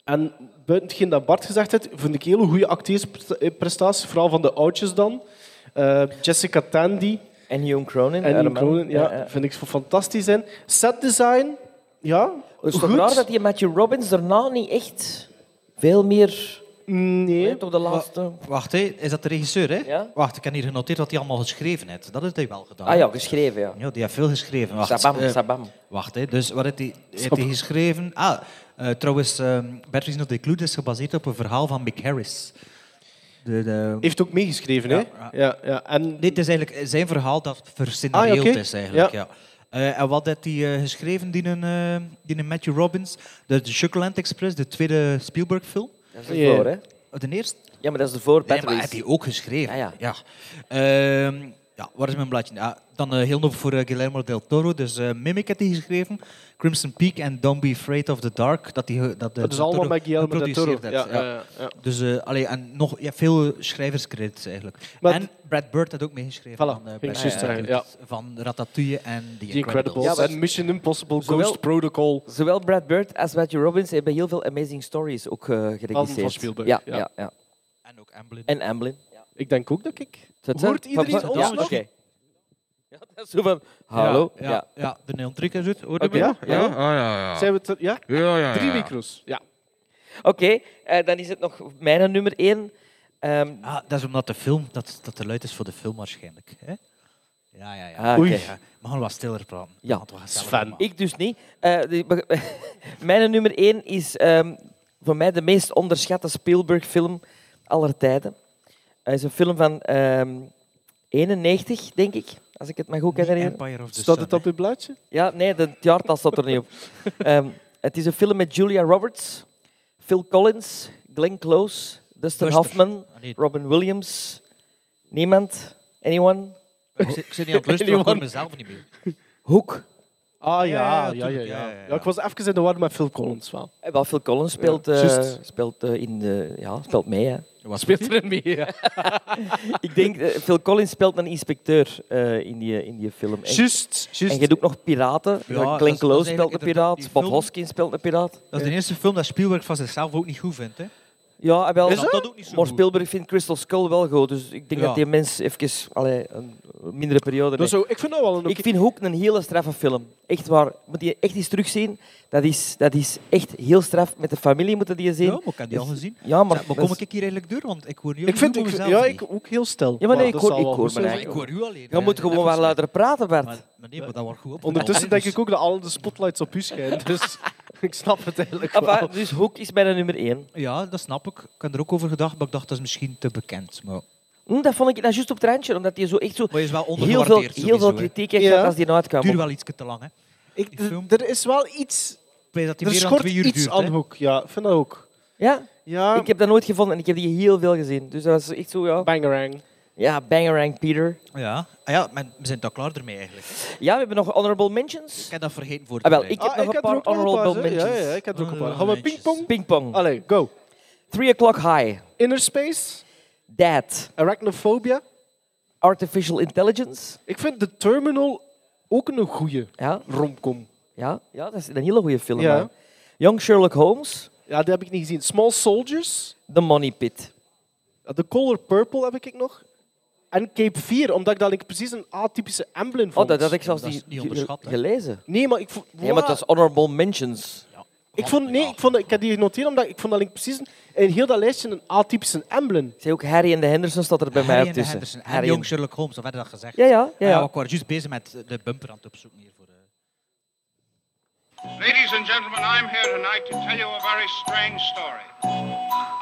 Speaker 9: en buiten hetgeen dat Bart gezegd heeft, vind ik een hele goede acteersprestatie, vooral van de oudjes dan. Eh, Jessica Tandy.
Speaker 8: En Jon Cronin.
Speaker 9: En Jon
Speaker 8: Iron Man.
Speaker 9: Cronin, ja,
Speaker 8: Ja, ja.
Speaker 9: Vind ik fantastisch in. Set design, ja,
Speaker 8: Het is toch
Speaker 9: goed.
Speaker 8: raar dat die Matthew Robbins daarna niet echt veel meer...
Speaker 9: Nee.
Speaker 8: Nee, toch de laatste...
Speaker 5: Wacht, hè. is dat de regisseur? Hè?
Speaker 8: Ja.
Speaker 5: Wacht, ik heb hier genoteerd wat hij allemaal geschreven heeft. Dat heeft hij wel gedaan.
Speaker 8: Ah ja, geschreven, ja.
Speaker 5: Ja, die heeft veel geschreven. Wacht,
Speaker 8: Sabam,
Speaker 5: eh,
Speaker 8: sabam.
Speaker 5: Wacht, hè. dus wat heeft hij, heeft hij geschreven? Ah, eh, trouwens, ehm Batteries Not Included is gebaseerd op een verhaal van Mick Harris. De, de...
Speaker 9: Heeft ook meegeschreven,
Speaker 5: Ja,
Speaker 9: hè? Ja, ja. En
Speaker 5: Dit is eigenlijk zijn verhaal dat verscenarioeld
Speaker 9: Ah, ja, oké.
Speaker 5: is eigenlijk, ja. Eh, en wat heeft hij eh, geschreven, die, een, eh, die een Matthew Robbins? De, de Sugarland Express, de tweede Spielberg-film.
Speaker 8: Dat is de
Speaker 9: Ja.
Speaker 8: voor, hè?
Speaker 5: De eerste?
Speaker 8: Ja, maar dat is de voor
Speaker 5: Nee, maar
Speaker 8: Batteries.
Speaker 5: heb je ook geschreven?
Speaker 8: Ja,
Speaker 5: Ehm, ja, waar is mijn bladje? Ja, dan eh, heel nog voor eh, Guillermo del Toro. Dus eh, Mimic heeft hij geschreven. Crimson Peak en Don't Be Afraid of the Dark. Dat, die, eh, dat,
Speaker 9: dat is allemaal bij
Speaker 5: met
Speaker 9: Guillermo del Toro. Ja,
Speaker 5: ja.
Speaker 9: ja, ja.
Speaker 5: Dus eh, allee, en nog ja, veel schrijverscredits eigenlijk.
Speaker 9: Maar-
Speaker 5: en Brad Bird had ook meegeschreven
Speaker 9: Voilà,
Speaker 5: van, eh,
Speaker 9: ik
Speaker 5: Brad
Speaker 9: juist
Speaker 5: Bird,
Speaker 9: zeggen, ja.
Speaker 5: van Ratatouille en The,
Speaker 9: The Incredibles.
Speaker 5: Incredibles.
Speaker 8: Ja, maar-
Speaker 9: en Mission Impossible,
Speaker 8: Zowel-
Speaker 9: Ghost Protocol.
Speaker 8: Zowel Brad Bird als Matthew Robbins hebben heel veel Amazing Stories ook eh geregisseerd.
Speaker 9: Van- van Spielberg,
Speaker 8: Ja,
Speaker 9: ja.
Speaker 8: ja. ja,
Speaker 5: En ook Amblin.
Speaker 8: En Amblin. Ja.
Speaker 9: Ik denk ook dat ik...
Speaker 8: Dat-
Speaker 9: Hoort
Speaker 8: van-
Speaker 9: iedereen
Speaker 8: van-
Speaker 9: ons
Speaker 8: ja,
Speaker 9: nog?
Speaker 8: oké. [LAUGHS] Ja, dat is zo van... Hallo?
Speaker 5: Ja, ja, ja, de Neon Trick is het. Hoorde
Speaker 9: Oké,
Speaker 5: je me?
Speaker 9: ja, ja. Zijn we het... Ja?
Speaker 12: Ja, ja,
Speaker 9: Drie micro's. Ja.
Speaker 8: Oké, eh, dan is het nog mijn nummer één. Ehm,
Speaker 5: Ah, dat is omdat de film, dat, dat de luid is voor de film waarschijnlijk. Hè? Ja, ja, ja.
Speaker 8: Ah, oké.
Speaker 9: Oei.
Speaker 5: Ja, maar gewoon wat stiller praten.
Speaker 8: Ja.
Speaker 5: Want we gaan sneller
Speaker 9: Sven.
Speaker 5: praten.
Speaker 8: Ik dus niet. Eh, de- be- [LAUGHS] mijn nummer één is ehm, voor mij de meest onderschatte Spielberg-film aller tijden. Het is een film van ehm 91, denk ik, als ik het me goed
Speaker 5: Niet
Speaker 8: herinner.
Speaker 5: Empire of the
Speaker 9: Staat
Speaker 5: Sun,
Speaker 9: het op uw blaadje?
Speaker 8: Ja, nee, de- het jaartal staat er
Speaker 5: [LAUGHS]
Speaker 8: niet op. Ehm, het is een film met Julia Roberts, Phil Collins, Glenn Close, Dustin
Speaker 5: Buster.
Speaker 8: Hoffman,
Speaker 5: hè. Ah, nee,
Speaker 8: Robin Williams. Niemand? Anyone?
Speaker 5: ik, zit, ik zit niet aan
Speaker 9: [LAUGHS]
Speaker 5: het luisteren, ik hoor mezelf niet meer.
Speaker 8: Hoek.
Speaker 9: Ah ja, ja, ja,
Speaker 5: tuurlijk,
Speaker 9: ja,
Speaker 5: ja, ja, ja.
Speaker 9: Ja, Ik was even in de war met Phil Collins wel.
Speaker 8: Eh, Wel, Phil Collins speelt, eh,
Speaker 9: juist.
Speaker 8: speelt, eh, in de, ja, speelt mee.
Speaker 5: [LAUGHS]
Speaker 8: Hè.
Speaker 5: Wat
Speaker 9: Speelt er mee, ja.
Speaker 8: Ik denk, eh, Phil Collins speelt een inspecteur eh, in, die, in die film. En,
Speaker 9: Juist,
Speaker 8: en je
Speaker 9: juist.
Speaker 8: hebt ook nog piraten.
Speaker 5: Ja,
Speaker 8: Ja,
Speaker 5: dat is- dat
Speaker 8: Glenn
Speaker 5: is
Speaker 8: Close
Speaker 5: eigenlijk
Speaker 8: speelt een
Speaker 5: inderdaad die
Speaker 8: piraat. Bob
Speaker 5: film.
Speaker 8: Hoskins speelt een piraat.
Speaker 5: Dat is de eerste film dat Spielberg van zichzelf ook niet goed vindt. Hè?
Speaker 8: Ja, en wel,
Speaker 5: Is dat? Dat ook niet zo
Speaker 8: maar
Speaker 5: goed.
Speaker 8: Spielberg vindt Crystal Skull wel goed. Dus ik denk
Speaker 5: Ja.
Speaker 8: dat die mens even allee, een mindere periode
Speaker 9: Dat
Speaker 8: heeft.
Speaker 9: is ook- ik vind dat wel een...
Speaker 8: Ik vind Hoek een hele straffe film. Echt waar. Moet je echt eens terugzien. Dat is, dat is echt heel straf. Met de familie moeten die je zien. Dus-
Speaker 5: Ja, maar ik heb die al gezien.
Speaker 8: Ja, maar,
Speaker 5: Zeg, maar
Speaker 8: dat
Speaker 5: kom
Speaker 8: is-
Speaker 5: ik hier eigenlijk door? Want ik hoor jullie
Speaker 9: Ik vind,
Speaker 5: ik,
Speaker 9: ik,
Speaker 5: mezelf
Speaker 9: ja,
Speaker 5: niet.
Speaker 9: ik ook heel stil.
Speaker 8: Ja, maar nee,
Speaker 9: dat
Speaker 8: ik hoor-
Speaker 9: zal
Speaker 8: ik
Speaker 9: wel
Speaker 8: hoor
Speaker 9: goed
Speaker 8: me
Speaker 9: zijn.
Speaker 5: ik hoor u alleen.
Speaker 8: Je moet
Speaker 5: Eh,
Speaker 8: gewoon
Speaker 5: even
Speaker 8: wat luider praten, Bert.
Speaker 5: Maar, maar nee, maar dat wordt goed dus- op.
Speaker 9: Ondertussen denk
Speaker 8: dus-
Speaker 9: ik ook dat alle de spotlights op u schijnen, [LAUGHS] dus ik snap het eigenlijk
Speaker 8: [LAUGHS] Enfin,
Speaker 9: wel.
Speaker 8: dus Hoek is mijn nummer één.
Speaker 5: Ja, dat snap ik. Ik heb er ook over gedacht, maar ik dacht dat is misschien te bekend. Maar,
Speaker 8: Hm, dat vond ik nou juist op het randje, omdat hij zo echt zo
Speaker 5: maar je is wel
Speaker 8: heel veel,
Speaker 5: ondergewaardeerd
Speaker 8: heel veel
Speaker 5: sowieso, hè.
Speaker 8: kritiek heeft
Speaker 9: Ja.
Speaker 8: gehad als die nou uitkwam.
Speaker 5: Duurt wel iets te lang, hè? Ik
Speaker 9: Ik,
Speaker 5: Die film-
Speaker 9: d- er is wel iets...
Speaker 5: weet dat die
Speaker 9: Er
Speaker 5: meer dan
Speaker 9: schort
Speaker 5: twee uur
Speaker 9: iets
Speaker 5: duurt.
Speaker 9: aan
Speaker 5: hè.
Speaker 9: hoek, ja. Ik vind dat ook.
Speaker 8: Ja?
Speaker 9: Ja,
Speaker 8: Ik heb dat nooit gevonden en ik heb die heel veel gezien. Dus dat was echt zo, ja.
Speaker 9: bangerang.
Speaker 8: Ja, Bangerang Peter.
Speaker 5: Ja, ah, ja maar we zijn toch klaar ermee eigenlijk.
Speaker 8: Ja, we hebben nog honorable mentions.
Speaker 5: Ik heb dat vergeten voor te
Speaker 8: Ah, wel, ik
Speaker 5: bereiden.
Speaker 8: heb nog een paar honorable
Speaker 9: Ja,
Speaker 8: mentions. Oh,
Speaker 9: ja, ik heb er ook een paar. Gaan we
Speaker 5: Honorable
Speaker 9: pingpong?
Speaker 8: Pingpong.
Speaker 9: Allee, go.
Speaker 8: Three O'Clock High.
Speaker 9: Inner Space,
Speaker 8: Dad.
Speaker 9: Arachnophobia.
Speaker 8: Artificial Intelligence.
Speaker 9: Ik vind The Terminal ook een goede
Speaker 8: Ja,
Speaker 9: romcom.
Speaker 8: ja, ja dat is een hele goede film.
Speaker 9: Ja.
Speaker 8: hè. Young Sherlock Holmes.
Speaker 9: Ja, die heb ik niet gezien. Small Soldiers,
Speaker 8: The Money Pit.
Speaker 9: ja, The Color Purple heb ik nog. En Cape 4, omdat ik dat like, precies een atypische emblem
Speaker 8: Oh,
Speaker 9: vond.
Speaker 8: dat had ik zelfs
Speaker 5: Dat is
Speaker 8: niet
Speaker 5: niet
Speaker 8: ge-
Speaker 5: onderschat, hè.
Speaker 8: gelezen.
Speaker 9: Nee, maar ik vond...
Speaker 8: Nee, maar dat is honorable mentions.
Speaker 9: Ik vond, nee, ik, vond, ik heb die genoteerd omdat ik vond dat ik precies in heel dat lijstje een atypische emblem.
Speaker 8: Ik zei ook Harry en de Henderson staat er bij mij
Speaker 5: Harry
Speaker 8: op
Speaker 5: en eh, dus de
Speaker 8: tussen.
Speaker 5: Henderson en
Speaker 8: Harry
Speaker 5: Young Sherlock Holmes, of hadden dat gezegd?
Speaker 8: Ja, ja, ja.
Speaker 5: Ah,
Speaker 8: ja.
Speaker 5: ik was juist bezig met de bumper aan het opzoeken hier voor... eh.
Speaker 10: Ladies and gentlemen, I'm here tonight to tell you a very strange story.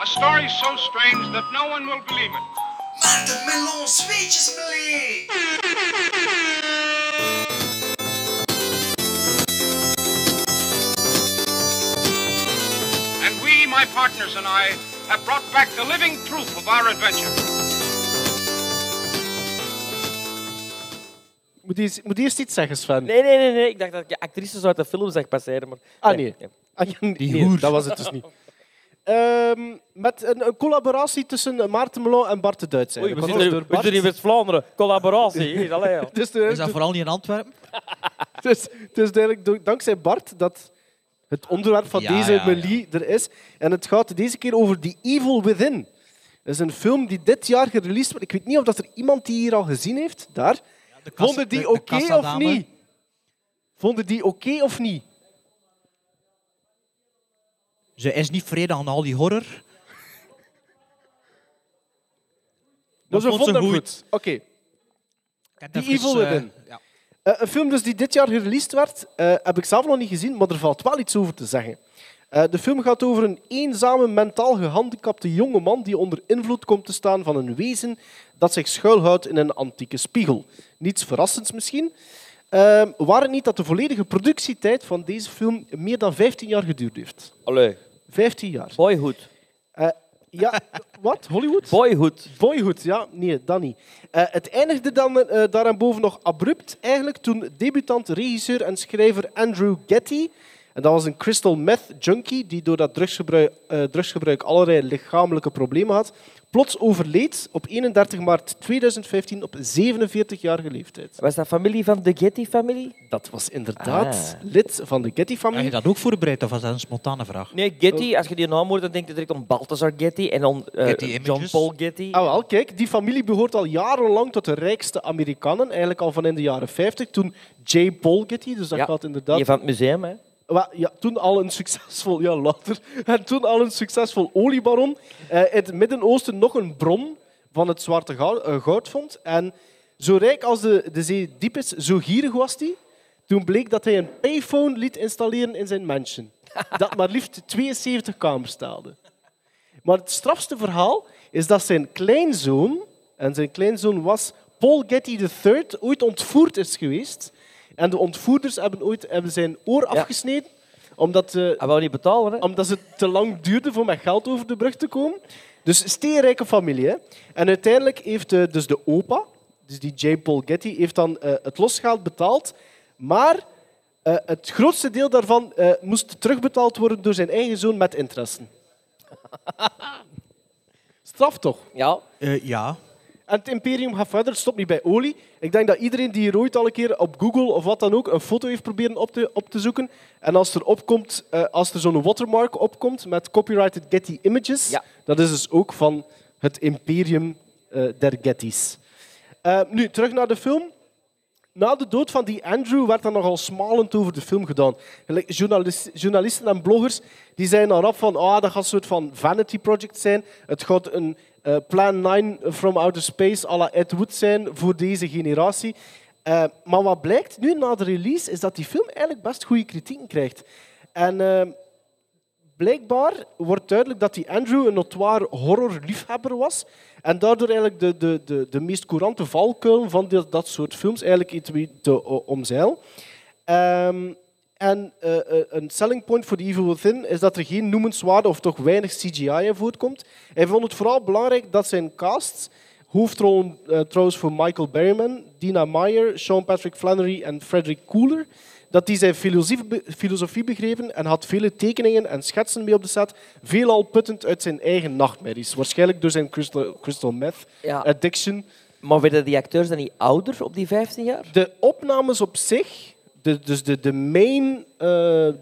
Speaker 10: A story so strange that no one will believe it.
Speaker 6: Melon sweetjes, please.
Speaker 10: And we, my partners and I, have brought back the living proof of our adventure.
Speaker 9: Moet eerst, moet eerst iets zeggen, Sven.
Speaker 8: Nee, nee, nee, nee. Ik dacht dat ik actrices uit de film zag passeren. Maar...
Speaker 9: Ah, nee. Ah, ja, nee,
Speaker 5: Die hoer.
Speaker 9: dat was het dus niet. Ehm, met een, een collaboratie tussen Maarten Melon en Bart de Duits.
Speaker 8: Oei, we
Speaker 9: eigenlijk.
Speaker 8: zitten
Speaker 9: Door
Speaker 8: we
Speaker 9: Bart-
Speaker 8: zitten in West-Vlaanderen. Collaboratie. hier, allee, joh.
Speaker 9: [LAUGHS] Dus de-
Speaker 13: Is dat vooral niet in Antwerpen?
Speaker 9: [LAUGHS] Het is, het is duidelijk Dus, do- dankzij Bart dat het onderwerp van
Speaker 13: Ja,
Speaker 9: deze
Speaker 13: ja, ja.
Speaker 9: melie er is. En het gaat deze keer over The Evil Within. Dat is een film die dit jaar gereleased wordt. Ik weet niet of dat er iemand die hier al gezien heeft. Daar.
Speaker 13: kas- de-
Speaker 9: Vonden die
Speaker 13: de
Speaker 9: oké of
Speaker 13: kassadame.
Speaker 9: niet? Vonden die oké of niet?
Speaker 13: Ze is niet vrede aan al die horror.
Speaker 9: Dus we
Speaker 13: vond ze
Speaker 9: vonden hem
Speaker 13: goed.
Speaker 9: goed. Oké.
Speaker 13: Die
Speaker 9: The Evil Within. Eh, een film dus die dit jaar gereleased werd, eh, heb ik zelf nog niet gezien, maar er valt wel iets over te zeggen. Eh, de film gaat over een eenzame, mentaal gehandicapte jongeman die onder invloed komt te staan van een wezen dat zich schuilhoudt in een antieke spiegel. Niets verrassends misschien. Eh, waar het niet dat de volledige productietijd van deze film meer dan 15 jaar geduurd heeft.
Speaker 8: Allee.
Speaker 9: 15 jaar.
Speaker 8: [LAUGHS] Boyhood.
Speaker 9: Eh, ja, wat? Hollywood?
Speaker 8: Boyhood.
Speaker 9: Boyhood, ja. Nee, dat niet. Eh, het eindigde dan eh, daarboven nog abrupt eigenlijk toen debutant regisseur en schrijver Andrew Getty, en dat was een crystal meth junkie die door dat drugsgebruik, eh, drugsgebruik allerlei lichamelijke problemen had, plots overleed op 31 maart 2015 op 47-jarige leeftijd.
Speaker 8: Was dat familie van de Getty-familie?
Speaker 9: Dat was inderdaad lid van de Getty-familie.
Speaker 5: Ah,
Speaker 13: Heb je dat ook voorbereid of was dat een spontane vraag?
Speaker 8: Nee,
Speaker 9: Oh.
Speaker 8: Getty. Als je die naam hoort, dan denk je direct om Balthazar Getty en om eh,
Speaker 13: Getty
Speaker 8: John
Speaker 13: Images.
Speaker 8: Paul Getty.
Speaker 9: Ah, wel, kijk, die familie behoort al jarenlang tot de rijkste Amerikanen, eigenlijk al van in de jaren 50, toen J. Paul Getty, dus dat
Speaker 8: Ja,
Speaker 9: gaat inderdaad...
Speaker 8: Die van het museum, hè.
Speaker 9: Wel, ja, toen al een succesvol, ja, later, en toen al een succesvol oliebaron. Eh, in het Midden-Oosten nog een bron van het zwarte goud, eh, goud vond. En zo rijk als de, de zee diep is, zo gierig was hij. Toen bleek dat hij een payphone liet installeren in zijn mansion. Dat maar liefst 72 kamers telde. Maar het strafste verhaal is dat zijn kleinzoon, en zijn kleinzoon was Paul Getty III, ooit ontvoerd is geweest. En de ontvoerders hebben ooit hebben zijn oor afgesneden, omdat, eh,
Speaker 8: Hij wou niet betalen, hè.
Speaker 9: omdat het te lang duurde om met geld over de brug te komen. Dus steenrijke familie. Hè? En uiteindelijk heeft eh, dus de opa, dus die J. Paul Getty, heeft dan eh, het losgeld betaald. Maar eh, het grootste deel daarvan eh, moest terugbetaald worden door zijn eigen zoon met interesse. [LAUGHS] Straf toch?
Speaker 8: Ja.
Speaker 13: Eh, ja.
Speaker 9: En het imperium gaat verder, het stopt niet bij olie. Ik denk dat iedereen die hier ooit al een keer op Google of wat dan ook een foto heeft proberen op te, op te zoeken. En als er, opkomt, eh, als er zo'n watermark opkomt met copyrighted Getty images,
Speaker 8: Ja.
Speaker 9: dat is dus ook van het imperium eh, der Gettys. Eh, nu, terug naar de film. Na de dood van die Andrew werd er nogal smalend over de film gedaan. Gelijk journalis- Journalisten en bloggers die zeiden al rap van ah, dat gaat een soort van vanity project zijn. Het gaat een eh, Plan 9 from Outer Space à la Ed Wood zijn voor deze generatie. Eh, maar wat blijkt nu na de release is dat die film eigenlijk best goede kritieken krijgt. En eh, blijkbaar wordt duidelijk dat die Andrew een notoire horrorliefhebber was. En daardoor eigenlijk de, de, de, de meest courante valkuil van dit- dat soort films eigenlijk iets wie te o- omzeil. Ehm, en eh, eh, een selling point voor The Evil Within is dat er geen noemenswaarde of toch weinig CGI in voortkomt. Hij vond het vooral belangrijk dat zijn casts, hoofdrollen eh, trouwens voor Michael Berryman, Dina Meyer, Sean Patrick Flannery en Frederick Cooler, dat die zijn filosofie, be- filosofie begrepen en had vele tekeningen en schetsen mee op de set, veelal puttend uit zijn eigen nachtmerries. Waarschijnlijk door zijn crystal, crystal meth
Speaker 8: Ja.
Speaker 9: addiction.
Speaker 8: Maar werden die acteurs dan niet ouder op die 15 jaar?
Speaker 9: De opnames op zich, de, dus de, de, main, eh,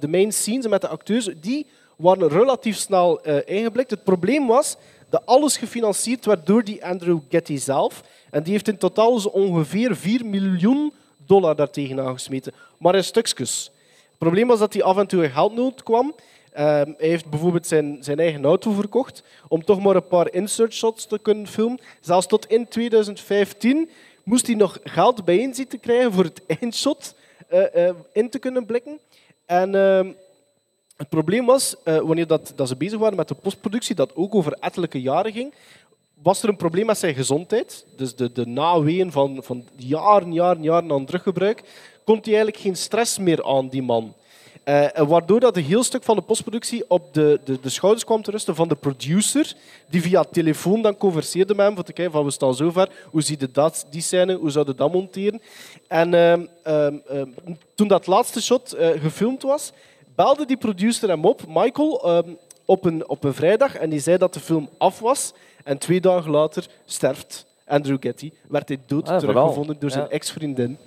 Speaker 9: de main scenes met de acteurs, die waren relatief snel eh, ingeblikt. Het probleem was dat alles gefinancierd werd door die Andrew Getty zelf. En die heeft in totaal zo ongeveer 4 miljoen dollar daartegen aangesmeten. Maar in stukjes. Het probleem was dat hij af en toe in geldnood kwam. Ehm, hij heeft bijvoorbeeld zijn, zijn eigen auto verkocht om toch maar een paar insert shots te kunnen filmen. Zelfs tot in 2015 moest hij nog geld bijeen zien te krijgen voor het [LAUGHS] eindshot eh, eh, in te kunnen blikken. En ehm, het probleem was, eh, wanneer dat, dat ze bezig waren met de postproductie, dat ook over ettelijke jaren ging, was er een probleem met zijn gezondheid. Dus de, de naweeën van, van jaren, jaren, jaren aan druggebruik, kon hij eigenlijk geen stress meer aan, die man. Eh, en waardoor dat een heel stuk van de postproductie op de, de, de schouders kwam te rusten van de producer, die via telefoon dan converseerde met hem om te kijken van we staan zo ver, hoe ziet het dat, die scène, hoe zouden we dat monteren. En ehm, ehm, ehm, toen dat laatste shot eh, gefilmd was, belde die producer hem op, Michael, ehm, op een, op een vrijdag en die zei dat de film af was. En twee dagen later sterft Andrew Getty. Werd hij dood
Speaker 8: Ah,
Speaker 9: teruggevonden
Speaker 8: vooral.
Speaker 9: door zijn
Speaker 8: Ja.
Speaker 9: ex-vriendin.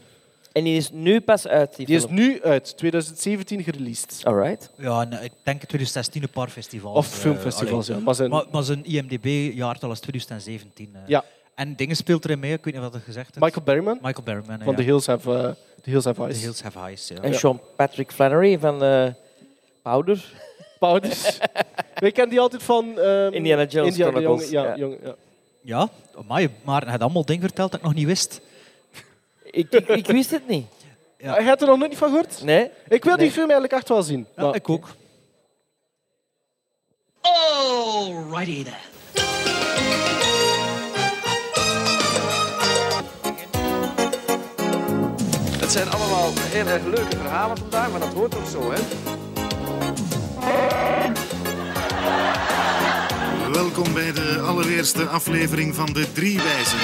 Speaker 8: En die is nu pas uit, die,
Speaker 9: Die is
Speaker 8: film.
Speaker 9: nu uit, 2017 gereleased.
Speaker 8: Alright.
Speaker 5: Ja, en, eh, ik denk 2016 een paar festivals.
Speaker 9: Of
Speaker 5: eh,
Speaker 9: filmfestivals,
Speaker 5: allee.
Speaker 9: ja, maar zijn-
Speaker 5: Maar, maar zijn IMDb-jaartal is 2017. eh.
Speaker 9: Ja.
Speaker 5: En dingen speelt erin mee, ik weet niet wat dat gezegd is.
Speaker 9: Michael Berryman?
Speaker 5: Michael Berryman,
Speaker 9: Van
Speaker 5: ja.
Speaker 9: The Hills Have, eh, The Hills Have Eyes.
Speaker 5: The Hills Have Eyes, ja.
Speaker 8: En
Speaker 5: Ja.
Speaker 8: Sean Patrick Flannery van eh, Powder.
Speaker 9: Powders. Wij kennen die altijd van... ehm,
Speaker 8: Indiana Jones
Speaker 9: de
Speaker 8: Chronicles,
Speaker 9: Jonge- ja,
Speaker 8: ja.
Speaker 9: Jonge- ja.
Speaker 5: Ja, amai, maar hij had allemaal dingen verteld dat ik nog niet wist.
Speaker 8: Ik, ik, ik wist het niet.
Speaker 5: Ja.
Speaker 9: Hij had er nog nooit van gehoord?
Speaker 8: Nee.
Speaker 9: Ik wil
Speaker 8: Nee.
Speaker 9: die film eigenlijk echt wel zien.
Speaker 5: Ja, ik ook.
Speaker 4: Alrighty then.
Speaker 2: Het zijn allemaal heel erg leuke verhalen vandaag, maar dat hoort ook zo, hè?
Speaker 6: Welkom bij de allereerste aflevering van de Drie Wijzen.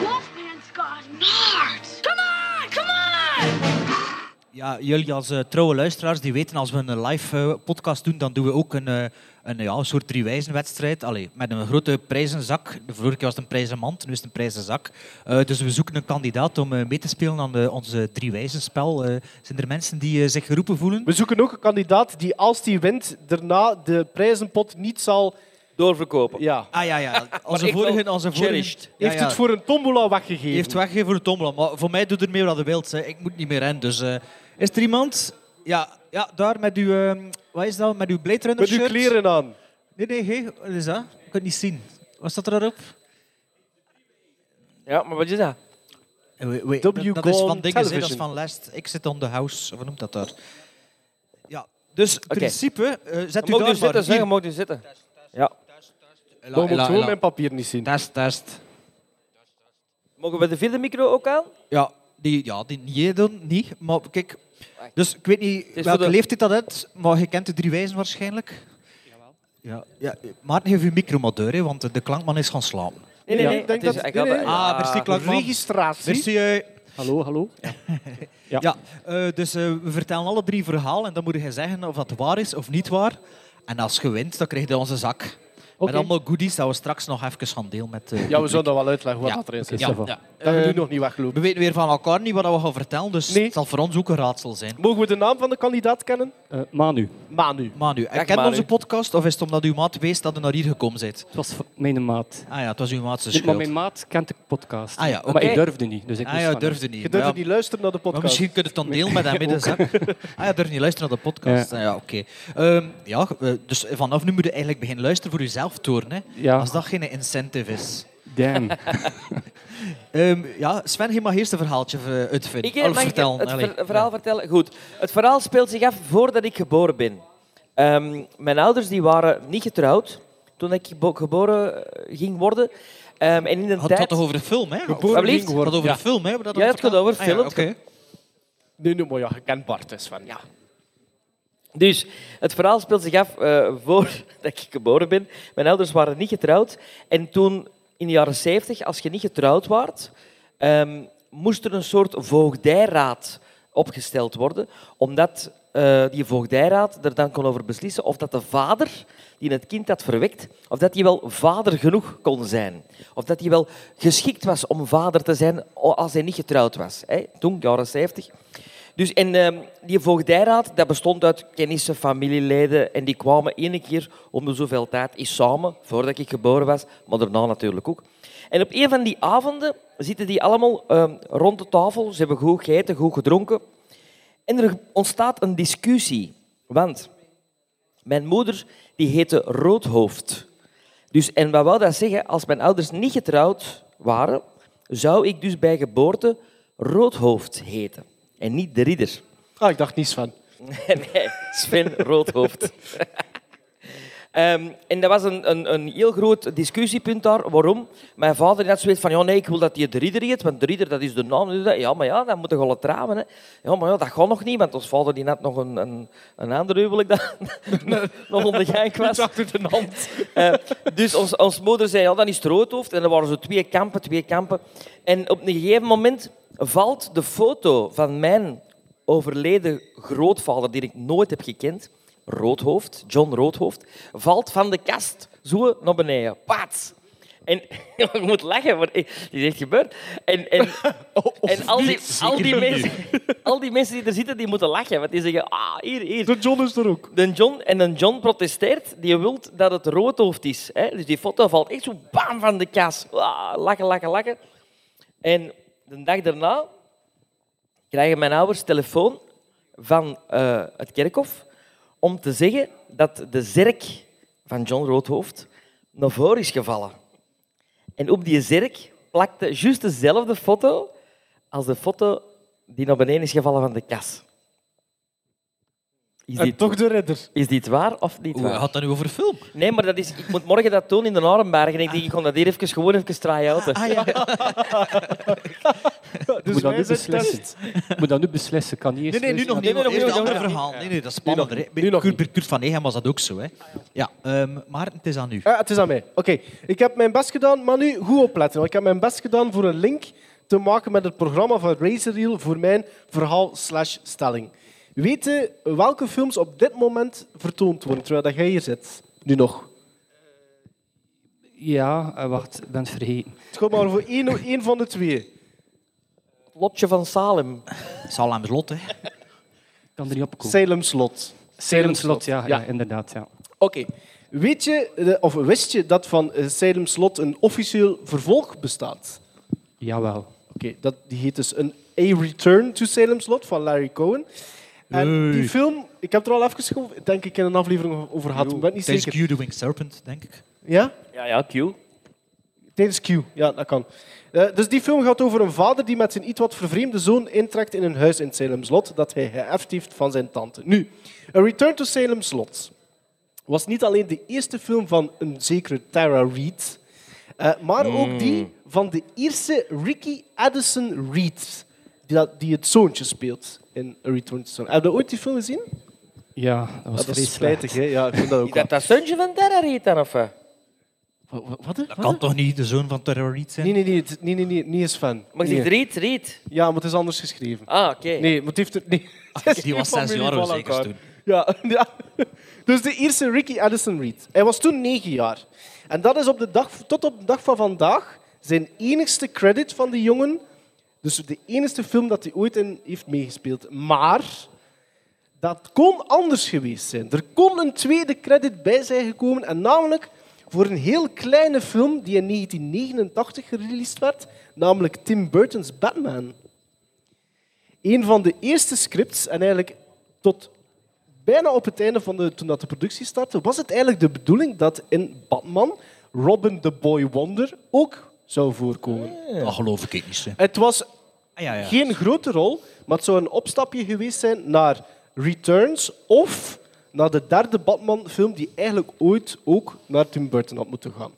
Speaker 4: Wolfman's got nards. Come on, come on!
Speaker 5: Ja, jullie als eh, trouwe luisteraars die weten, als we een live eh, podcast doen, dan doen we ook een, eh, een, ja, een soort driewijzenwedstrijd. Allee, met een grote prijzenzak. De vorige keer was het een prijzenmand, nu is het een prijzenzak. Eh, dus we zoeken een kandidaat om eh, mee te spelen aan de, onze driewijzenspel. Eh zijn er mensen die eh, zich geroepen voelen?
Speaker 9: We zoeken ook een kandidaat die, als die wint, daarna de prijzenpot niet zal...
Speaker 8: Doorverkopen.
Speaker 9: Ja.
Speaker 5: Ah
Speaker 9: [LAUGHS]
Speaker 5: ja, ja.
Speaker 9: Maar
Speaker 5: Onze
Speaker 9: ik wil
Speaker 5: vorige, onze vorige.
Speaker 9: cherished.
Speaker 5: Ja,
Speaker 9: Heeft
Speaker 5: ja.
Speaker 9: het voor een tombola weggegeven?
Speaker 5: Die heeft weggegeven voor de tombola. Maar voor mij doet er meer wat de wilt. hè. Ik moet niet meer rennen. Dus, eh, is er iemand? Ja, ja daar met uw... ehm, wat is dat? Met uw Blade Runner
Speaker 9: Met uw
Speaker 5: shirt?
Speaker 9: kleren aan.
Speaker 5: Nee, nee. geen- Wat is dat? Ik kan het niet zien. Wat staat er daarop?
Speaker 8: Ja, maar wat is dat?
Speaker 5: Eh, wait, wait,
Speaker 8: W
Speaker 5: dat- dat is
Speaker 8: Gone
Speaker 5: van dingen, hè. dat is
Speaker 8: Television.
Speaker 5: van Last Exit on the House. Hoe noemt dat daar? Ja, dus in principe... eh, zet u
Speaker 8: Mocht
Speaker 5: daar
Speaker 8: u
Speaker 5: maar.
Speaker 8: zitten, zeg,
Speaker 5: Hier.
Speaker 8: mocht u zitten. Ja.
Speaker 9: Dan moet gewoon mijn papier niet zien.
Speaker 5: Test, test.
Speaker 8: Mogen we de vierde micro ook aan?
Speaker 5: Ja, die, ja, die niet, dan niet. Maar kijk, dus ik weet niet
Speaker 8: voor
Speaker 5: welke
Speaker 8: de-
Speaker 5: leeftijd dat is, maar je kent de drie wijzen waarschijnlijk. Ja, ja, Maarten, geef je micromoteur, hè, want de klankman is gaan slapen.
Speaker 8: Nee, nee, nee.
Speaker 9: ik denk
Speaker 8: het is-
Speaker 9: dat-
Speaker 8: ik
Speaker 9: nee,
Speaker 8: had-
Speaker 9: nee.
Speaker 8: ja.
Speaker 5: Ah, merci klankman.
Speaker 9: Registratie.
Speaker 5: Merci. eh.
Speaker 9: Hallo, hallo. [LAUGHS] Ja.
Speaker 5: Ja, eh, dus eh, we vertellen alle drie verhalen en dan moet je zeggen of dat waar is of niet waar. En als je wint, dan krijg je onze zak.
Speaker 9: Oké.
Speaker 5: Met allemaal goodies dat we straks nog even gaan delen met... eh,
Speaker 9: Ja, we
Speaker 5: publiek.
Speaker 9: zullen dat wel uitleggen wat
Speaker 5: Ja,
Speaker 9: dat erin
Speaker 5: oké,
Speaker 9: zit.
Speaker 5: ja,
Speaker 9: Stefan.
Speaker 5: ja.
Speaker 9: Dat we nu
Speaker 5: Eh,
Speaker 9: nog niet weglopen.
Speaker 5: We weten weer van elkaar niet wat we gaan vertellen, dus het zal voor ons ook een raadsel zijn.
Speaker 9: Mogen we de naam van de kandidaat kennen?
Speaker 7: Eh, Manu.
Speaker 9: Manu.
Speaker 5: Manu,
Speaker 9: Dag,
Speaker 5: en kent
Speaker 9: Manu.
Speaker 5: onze podcast of is het omdat uw maat wees dat u naar hier gekomen bent?
Speaker 7: Het was mijn maat.
Speaker 5: Ah ja, het was uw maat zijn
Speaker 7: Maar
Speaker 5: schuld.
Speaker 7: mijn maat kent de podcast.
Speaker 5: Ah ja, oké.
Speaker 7: Maar ik durfde niet. Dus ik
Speaker 5: Ah
Speaker 7: moest
Speaker 5: ja,
Speaker 7: van hem.
Speaker 5: durfde niet.
Speaker 9: Je durft
Speaker 5: Ja.
Speaker 9: niet luisteren naar de
Speaker 5: Maar
Speaker 9: podcast.
Speaker 5: misschien kunnen we het dan deel met hem in de
Speaker 9: Ook.
Speaker 5: zak. Ah ja, durf niet luisteren naar de podcast.
Speaker 7: Ja.
Speaker 5: Ah Ja, oké. Ehm, ja, eh, dus vanaf nu moet je eigenlijk beginnen luisteren voor jezelf toren. Hè.
Speaker 7: Ja.
Speaker 5: Als dat geen incentive is.
Speaker 9: [LAUGHS]
Speaker 7: Damn.
Speaker 5: Ehm, ja, Sven, je mag eerst een verhaaltje eh, uitvinden.
Speaker 8: Ik eh,
Speaker 5: Of
Speaker 8: mag ik
Speaker 5: vertellen.
Speaker 8: het
Speaker 5: allee.
Speaker 8: ver- verhaal vertellen? Goed. Het verhaal speelt zich af voordat ik geboren ben. Ehm, mijn ouders die waren niet getrouwd toen ik gebo- geboren eh, ging worden. Ehm, en in de
Speaker 5: Had
Speaker 8: tijd...
Speaker 5: het over de film, hè?
Speaker 8: Geboren
Speaker 5: Alblieft.
Speaker 8: ging worden.
Speaker 5: Had het over
Speaker 8: Ja.
Speaker 5: de film, hè? hebben we
Speaker 8: Ja,
Speaker 5: al
Speaker 8: het gaat
Speaker 5: verteld?
Speaker 8: over
Speaker 5: Ah ja,
Speaker 8: film.
Speaker 5: oké.
Speaker 9: Nee, nee, maar ja, je kent Bart, hè, Sven. Ja.
Speaker 8: Dus het verhaal speelt zich af eh, [LAUGHS] voordat ik geboren ben. Mijn ouders waren niet getrouwd. En toen, in de jaren 70, als je niet getrouwd waard, ehm, moest er een soort voogdijraad opgesteld worden. Omdat eh, die voogdijraad er dan kon over beslissen of dat de vader die het kind had verwekt, of dat hij wel vader genoeg kon zijn. Of dat hij wel geschikt was om vader te zijn o- als hij niet getrouwd was. Hè? Toen, jaren 70. Dus en, ehm, die voogdijraad dat bestond uit kennissen, familieleden. En die kwamen ene keer om de zoveel tijd eens samen, voordat ik geboren was, maar daarna natuurlijk ook. En op een van die avonden zitten die allemaal ehm, rond de tafel. Ze hebben goed gegeten, goed gedronken. En er ontstaat een discussie. Want mijn moeder die heette Roodhoofd. Dus, en wat wou dat zeggen? Als mijn ouders niet getrouwd waren, zou ik dus bij geboorte Roodhoofd heten. En niet de ridder.
Speaker 9: Ah, ik dacht niet Sven.
Speaker 8: Nee, nee, Sven Roodhoofd. Ehm, en dat was een, een, een heel groot discussiepunt daar. Waarom? Mijn vader had zoiets van, ja, nee, ik wil dat je de ridder heet, want de ridder dat is de naam. Ja, maar ja, dan moeten we gaan trouwen. Hè. Ja, maar ja, dat gaat nog niet, want ons vader die had nog een, een, een ander huwelijk dat [LAUGHS] nog onder gang was. achter de hand. dus ons, ons moeder zei, ja, dan is het roodhoofd. En dan waren zo twee kampen, twee kampen. En op een gegeven moment valt de foto van mijn overleden grootvader, die ik nooit heb gekend, Roodhoofd, John Roodhoofd, valt van de kast, zo naar beneden. Paats. En [LAUGHS] je moet lachen, want die is echt gebeurd. En, en, en al, die,
Speaker 14: niet,
Speaker 8: al,
Speaker 14: zeker
Speaker 8: die
Speaker 14: niet.
Speaker 8: mensen, [LAUGHS] al die mensen die er zitten, die moeten lachen. Want die zeggen, ah, hier, hier.
Speaker 9: De John is er ook.
Speaker 8: De John, en een John protesteert, die wil dat het roodhoofd is. Hè? Dus die foto valt echt zo bam van de kaas. Ah, lachen, lachen, lachen. En de dag daarna krijgen mijn ouders telefoon van eh, het kerkhof om te zeggen dat de zerk van John Roodhoofd naar voren is gevallen. En op die zerk plakte juist dezelfde foto als de foto die naar beneden is gevallen van de kas. Is dit,
Speaker 9: toch de redder.
Speaker 8: Is dit waar of niet
Speaker 5: Hoe
Speaker 8: waar?
Speaker 5: gaat dat nu over film?
Speaker 8: Nee, maar dat is, ik moet morgen dat doen in de Arenberg. En ik denk, ik ga dat hier even, gewoon even try-outen.
Speaker 7: moet dat
Speaker 8: wij
Speaker 7: nu
Speaker 8: zijn
Speaker 7: beslissen. moet dat nu beslissen. Kan niet eerst
Speaker 5: Nee, nee, nu
Speaker 7: beslissen?
Speaker 5: nog niet. want eerst een ander verhaal. Nee, nee, dat is spannender. hè. Bij Kurt, bij Kurt van Egem was dat ook zo. Hè. Ja, ehm, maar het is aan u.
Speaker 9: Ah, het is aan mij. Oké, ik heb mijn best gedaan, maar nu goed opletten. want Ik heb mijn best gedaan voor een link te maken met het programma van Razorreel voor mijn verhaal slash stelling. Weten welke films op dit moment vertoond worden, terwijl dat jij hier zit? Nu nog.
Speaker 7: Ja, eh, wacht, ik ben het vergeten.
Speaker 9: Het gaat maar voor één, één van de twee.
Speaker 8: Lotje van Salem.
Speaker 5: Salem Lot, hè.
Speaker 7: Ik kan er niet op komen.
Speaker 9: Salem Slot.
Speaker 7: Salem Slot, ja, ja. inderdaad. Ja.
Speaker 9: Oké. Weet je, eh, of wist je dat van eh, Salem Slot een officieel vervolg bestaat?
Speaker 7: Jawel.
Speaker 9: Oké, dat die heet dus een A Return to Salem Slot van Larry Cohen. En
Speaker 5: Nee.
Speaker 9: die film, ik heb er al even, geho- denk ik, in een aflevering over gehad. Ik ben niet
Speaker 5: Tijdens
Speaker 9: zeker.
Speaker 5: Q The Winged Serpent, denk ik.
Speaker 9: Ja?
Speaker 8: Ja, ja, Q.
Speaker 9: Tijdens Q, ja, dat kan. Eh, dus die film gaat over een vader die met zijn iets wat vervreemde zoon intrekt in een huis in Salem Slot dat hij geërfd heeft van zijn tante. Nu, A Return to Salem Slot was niet alleen de eerste film van een zekere Tara Reid, eh, maar ook die van de Ierse Ricky Addison Reid, die, dat- die het zoontje speelt in A Return to Salem. Heb je ooit die film gezien?
Speaker 7: Ja, dat was
Speaker 9: dat is
Speaker 7: vreselijk.
Speaker 9: spijtig, hè? Ja, ik vind dat
Speaker 8: [LAUGHS]
Speaker 9: ook
Speaker 8: Is dat dat zoontje van Terra reed dan? Of? eh?
Speaker 9: Wat?
Speaker 5: Dat kan toch niet de zoon van terroriet zijn?
Speaker 9: Nee, nee, nee, het- nee, nee, nee, niet eens fan.
Speaker 8: Maar je
Speaker 9: Nee.
Speaker 8: zegt reed, reed.
Speaker 9: Ja, maar het is anders geschreven.
Speaker 8: Ah, oké.
Speaker 9: Nee, maar het heeft er... Nee.
Speaker 5: Die was zes jaar
Speaker 9: Familie
Speaker 5: of
Speaker 9: van
Speaker 5: zeker
Speaker 9: elkaar.
Speaker 5: toen.
Speaker 9: Ja, [LAUGHS] ja. Dus de eerste Ricky Addison Reed. Hij was toen negen jaar. En dat is op de dag, tot op de dag van vandaag zijn enigste credit van die jongen. Dus de enigste film dat hij ooit in heeft meegespeeld. Maar dat kon anders geweest zijn. Er kon een tweede credit bij zijn gekomen. En namelijk voor een heel kleine film die in 1989 gereleased werd. Namelijk Tim Burton's Batman. Een van de eerste scripts, en eigenlijk tot bijna op het einde van de, toen dat de productie startte, was het eigenlijk de bedoeling dat in Batman Robin the Boy Wonder ook zou voorkomen.
Speaker 5: Dat geloof ik niet. hè.
Speaker 9: Het was
Speaker 5: Eh. Ah, ja, ja.
Speaker 9: geen grote rol, maar het zou een opstapje geweest zijn naar Returns of naar de derde Batman-film die eigenlijk ooit ook naar Tim Burton had moeten gaan.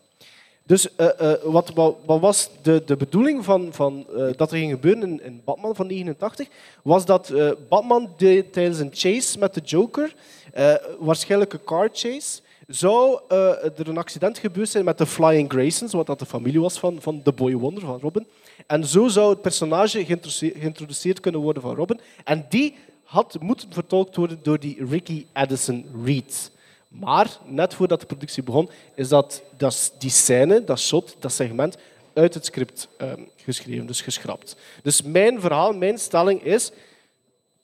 Speaker 9: Dus eh, eh, wat, wat, wat was de, de bedoeling van, van, eh, dat er ging gebeuren in, in Batman van 89? Was dat eh, Batman de- tijdens een chase met de Joker, eh, waarschijnlijk een car chase, zou eh, er een accident gebeurd zijn met de Flying Graysons, wat dat de familie was van, van The Boy Wonder, van Robin. En zo zou het personage geïntroduce- geïntroduceerd kunnen worden van Robin. En die had moeten vertolkt worden door die Ricky Addison Reed. Maar net voordat de productie begon, is dat, dat is die scène, dat shot, dat segment uit het script eh, geschreven, dus geschrapt. Dus mijn verhaal, mijn stelling is: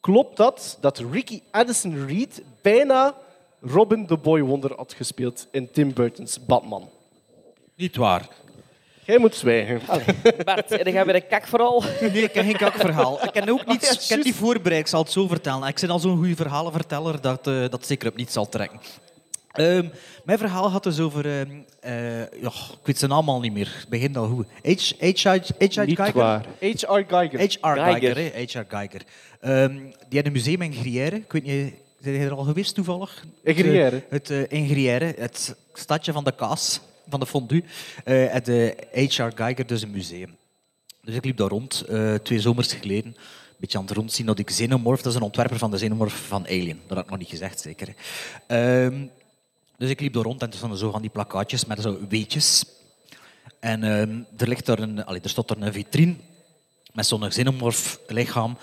Speaker 9: klopt dat dat Ricky Addison Reed bijna Robin the Boy Wonder had gespeeld in Tim Burton's Batman?
Speaker 5: Niet waar.
Speaker 9: Jij moet zwijgen.
Speaker 8: Bart, en dan gaan we de kak
Speaker 5: [LAUGHS]
Speaker 8: vooral.
Speaker 5: Nee, ik ken geen kakverhaal. Ik ken ook niet, ik ken die voorbereid, ik zal het zo vertellen. Ik ben al zo'n goede verhalenverteller dat eh, dat zeker op niets zal trekken. Ehm, mijn verhaal gaat dus over... ehm, eh, ja, ik weet zijn naam al niet meer. Het begint al goed. H. H. H. H.
Speaker 7: Niet
Speaker 5: Geiger?
Speaker 7: waar.
Speaker 9: H.R. Geiger.
Speaker 5: H.R.
Speaker 8: Geiger.
Speaker 5: Geiger. hè. H.R. Geiger. Ehm, die had een museum in Grière. Ik weet niet, zijn jij er al geweest toevallig?
Speaker 9: In Gruyère?
Speaker 5: Het, eh, in Gruyère, het stadje van de kaas, van de fondue. Eh het eh, H.R. Geiger, dus een museum. Dus ik liep daar rond, eh, twee zomers geleden. Een beetje aan het rondzien dat ik Xenomorph, dat is een ontwerper van de Xenomorph van Alien. Dat had ik nog niet gezegd, zeker. Ehm, dus ik liep daar rond en er stonden zo van die plakkaatjes met zo weetjes. En ehm, er, ligt daar een, allee, er stond er een vitrine met zo'n xenomorf lichaam,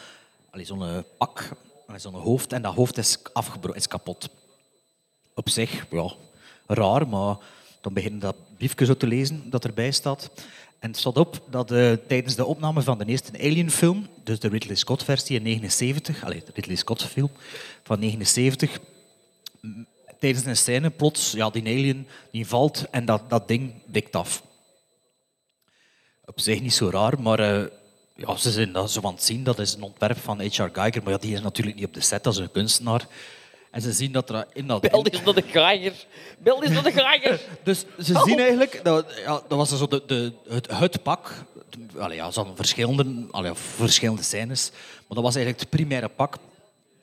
Speaker 5: allee, zo'n eh, pak, met zo'n hoofd. En dat hoofd is afgebroken, is kapot. op zich ja, raar, maar dan begin je dat briefje zo te lezen dat erbij staat. En het stond op dat eh, tijdens de opname van de eerste Alien-film, dus de Ridley Scott-versie in 79, allee, de Ridley Scott-film van 79, m, tijdens een scène plots, ja, die alien die valt en dat, dat ding dikt af. Op zich niet zo raar, maar eh, ja, ze zijn dat zo aan het zien. Dat is een ontwerp van H.R. Geiger, maar ja, die is natuurlijk niet op de set, dat is een kunstenaar. En ze zien dat er in dat...
Speaker 8: Bel eens naar de geiger. Bel eens naar de geiger.
Speaker 5: Dus ze zien eigenlijk, dat, ja, dat was zo de, de, het, het pak. Allee, ja, ze hadden verschillende, allee, ja, verschillende scènes, maar dat was eigenlijk het primaire pak.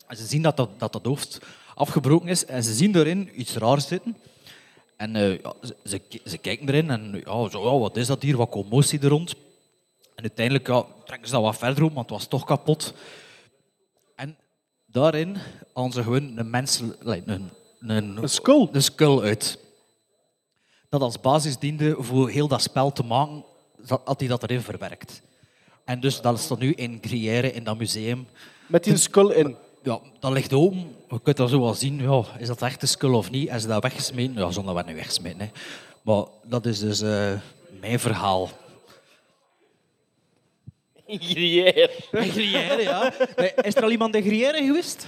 Speaker 5: En ze zien dat dat, dat, dat hoofd afgebroken is en ze zien daarin iets raars zitten. En eh, ja, ze, ze, ze kijken erin en ja, zo, ja, wat is dat hier, wat commotie er rond. En uiteindelijk ja, trekken ze dat wat verder om, want het was toch kapot. En daarin halen ze gewoon een mens... Een, een, een, skull? Een skull uit. Dat als basis diende voor heel dat spel te maken, zat- had hij dat erin verwerkt. En dus dat is dan nu in Gruyère, in dat museum.
Speaker 9: Met die skull in?
Speaker 5: Ja, dat ligt open. Je kunt dat zo wel zien. Ja, is dat echt een skull of niet? En ze dat weggesmeten? Ja, zonder dat wel niet weggesmeten. Hè. Maar dat is dus eh, mijn verhaal.
Speaker 8: Gruyère.
Speaker 5: Gruyère, ja. Nee, is er al iemand in Gruyère geweest?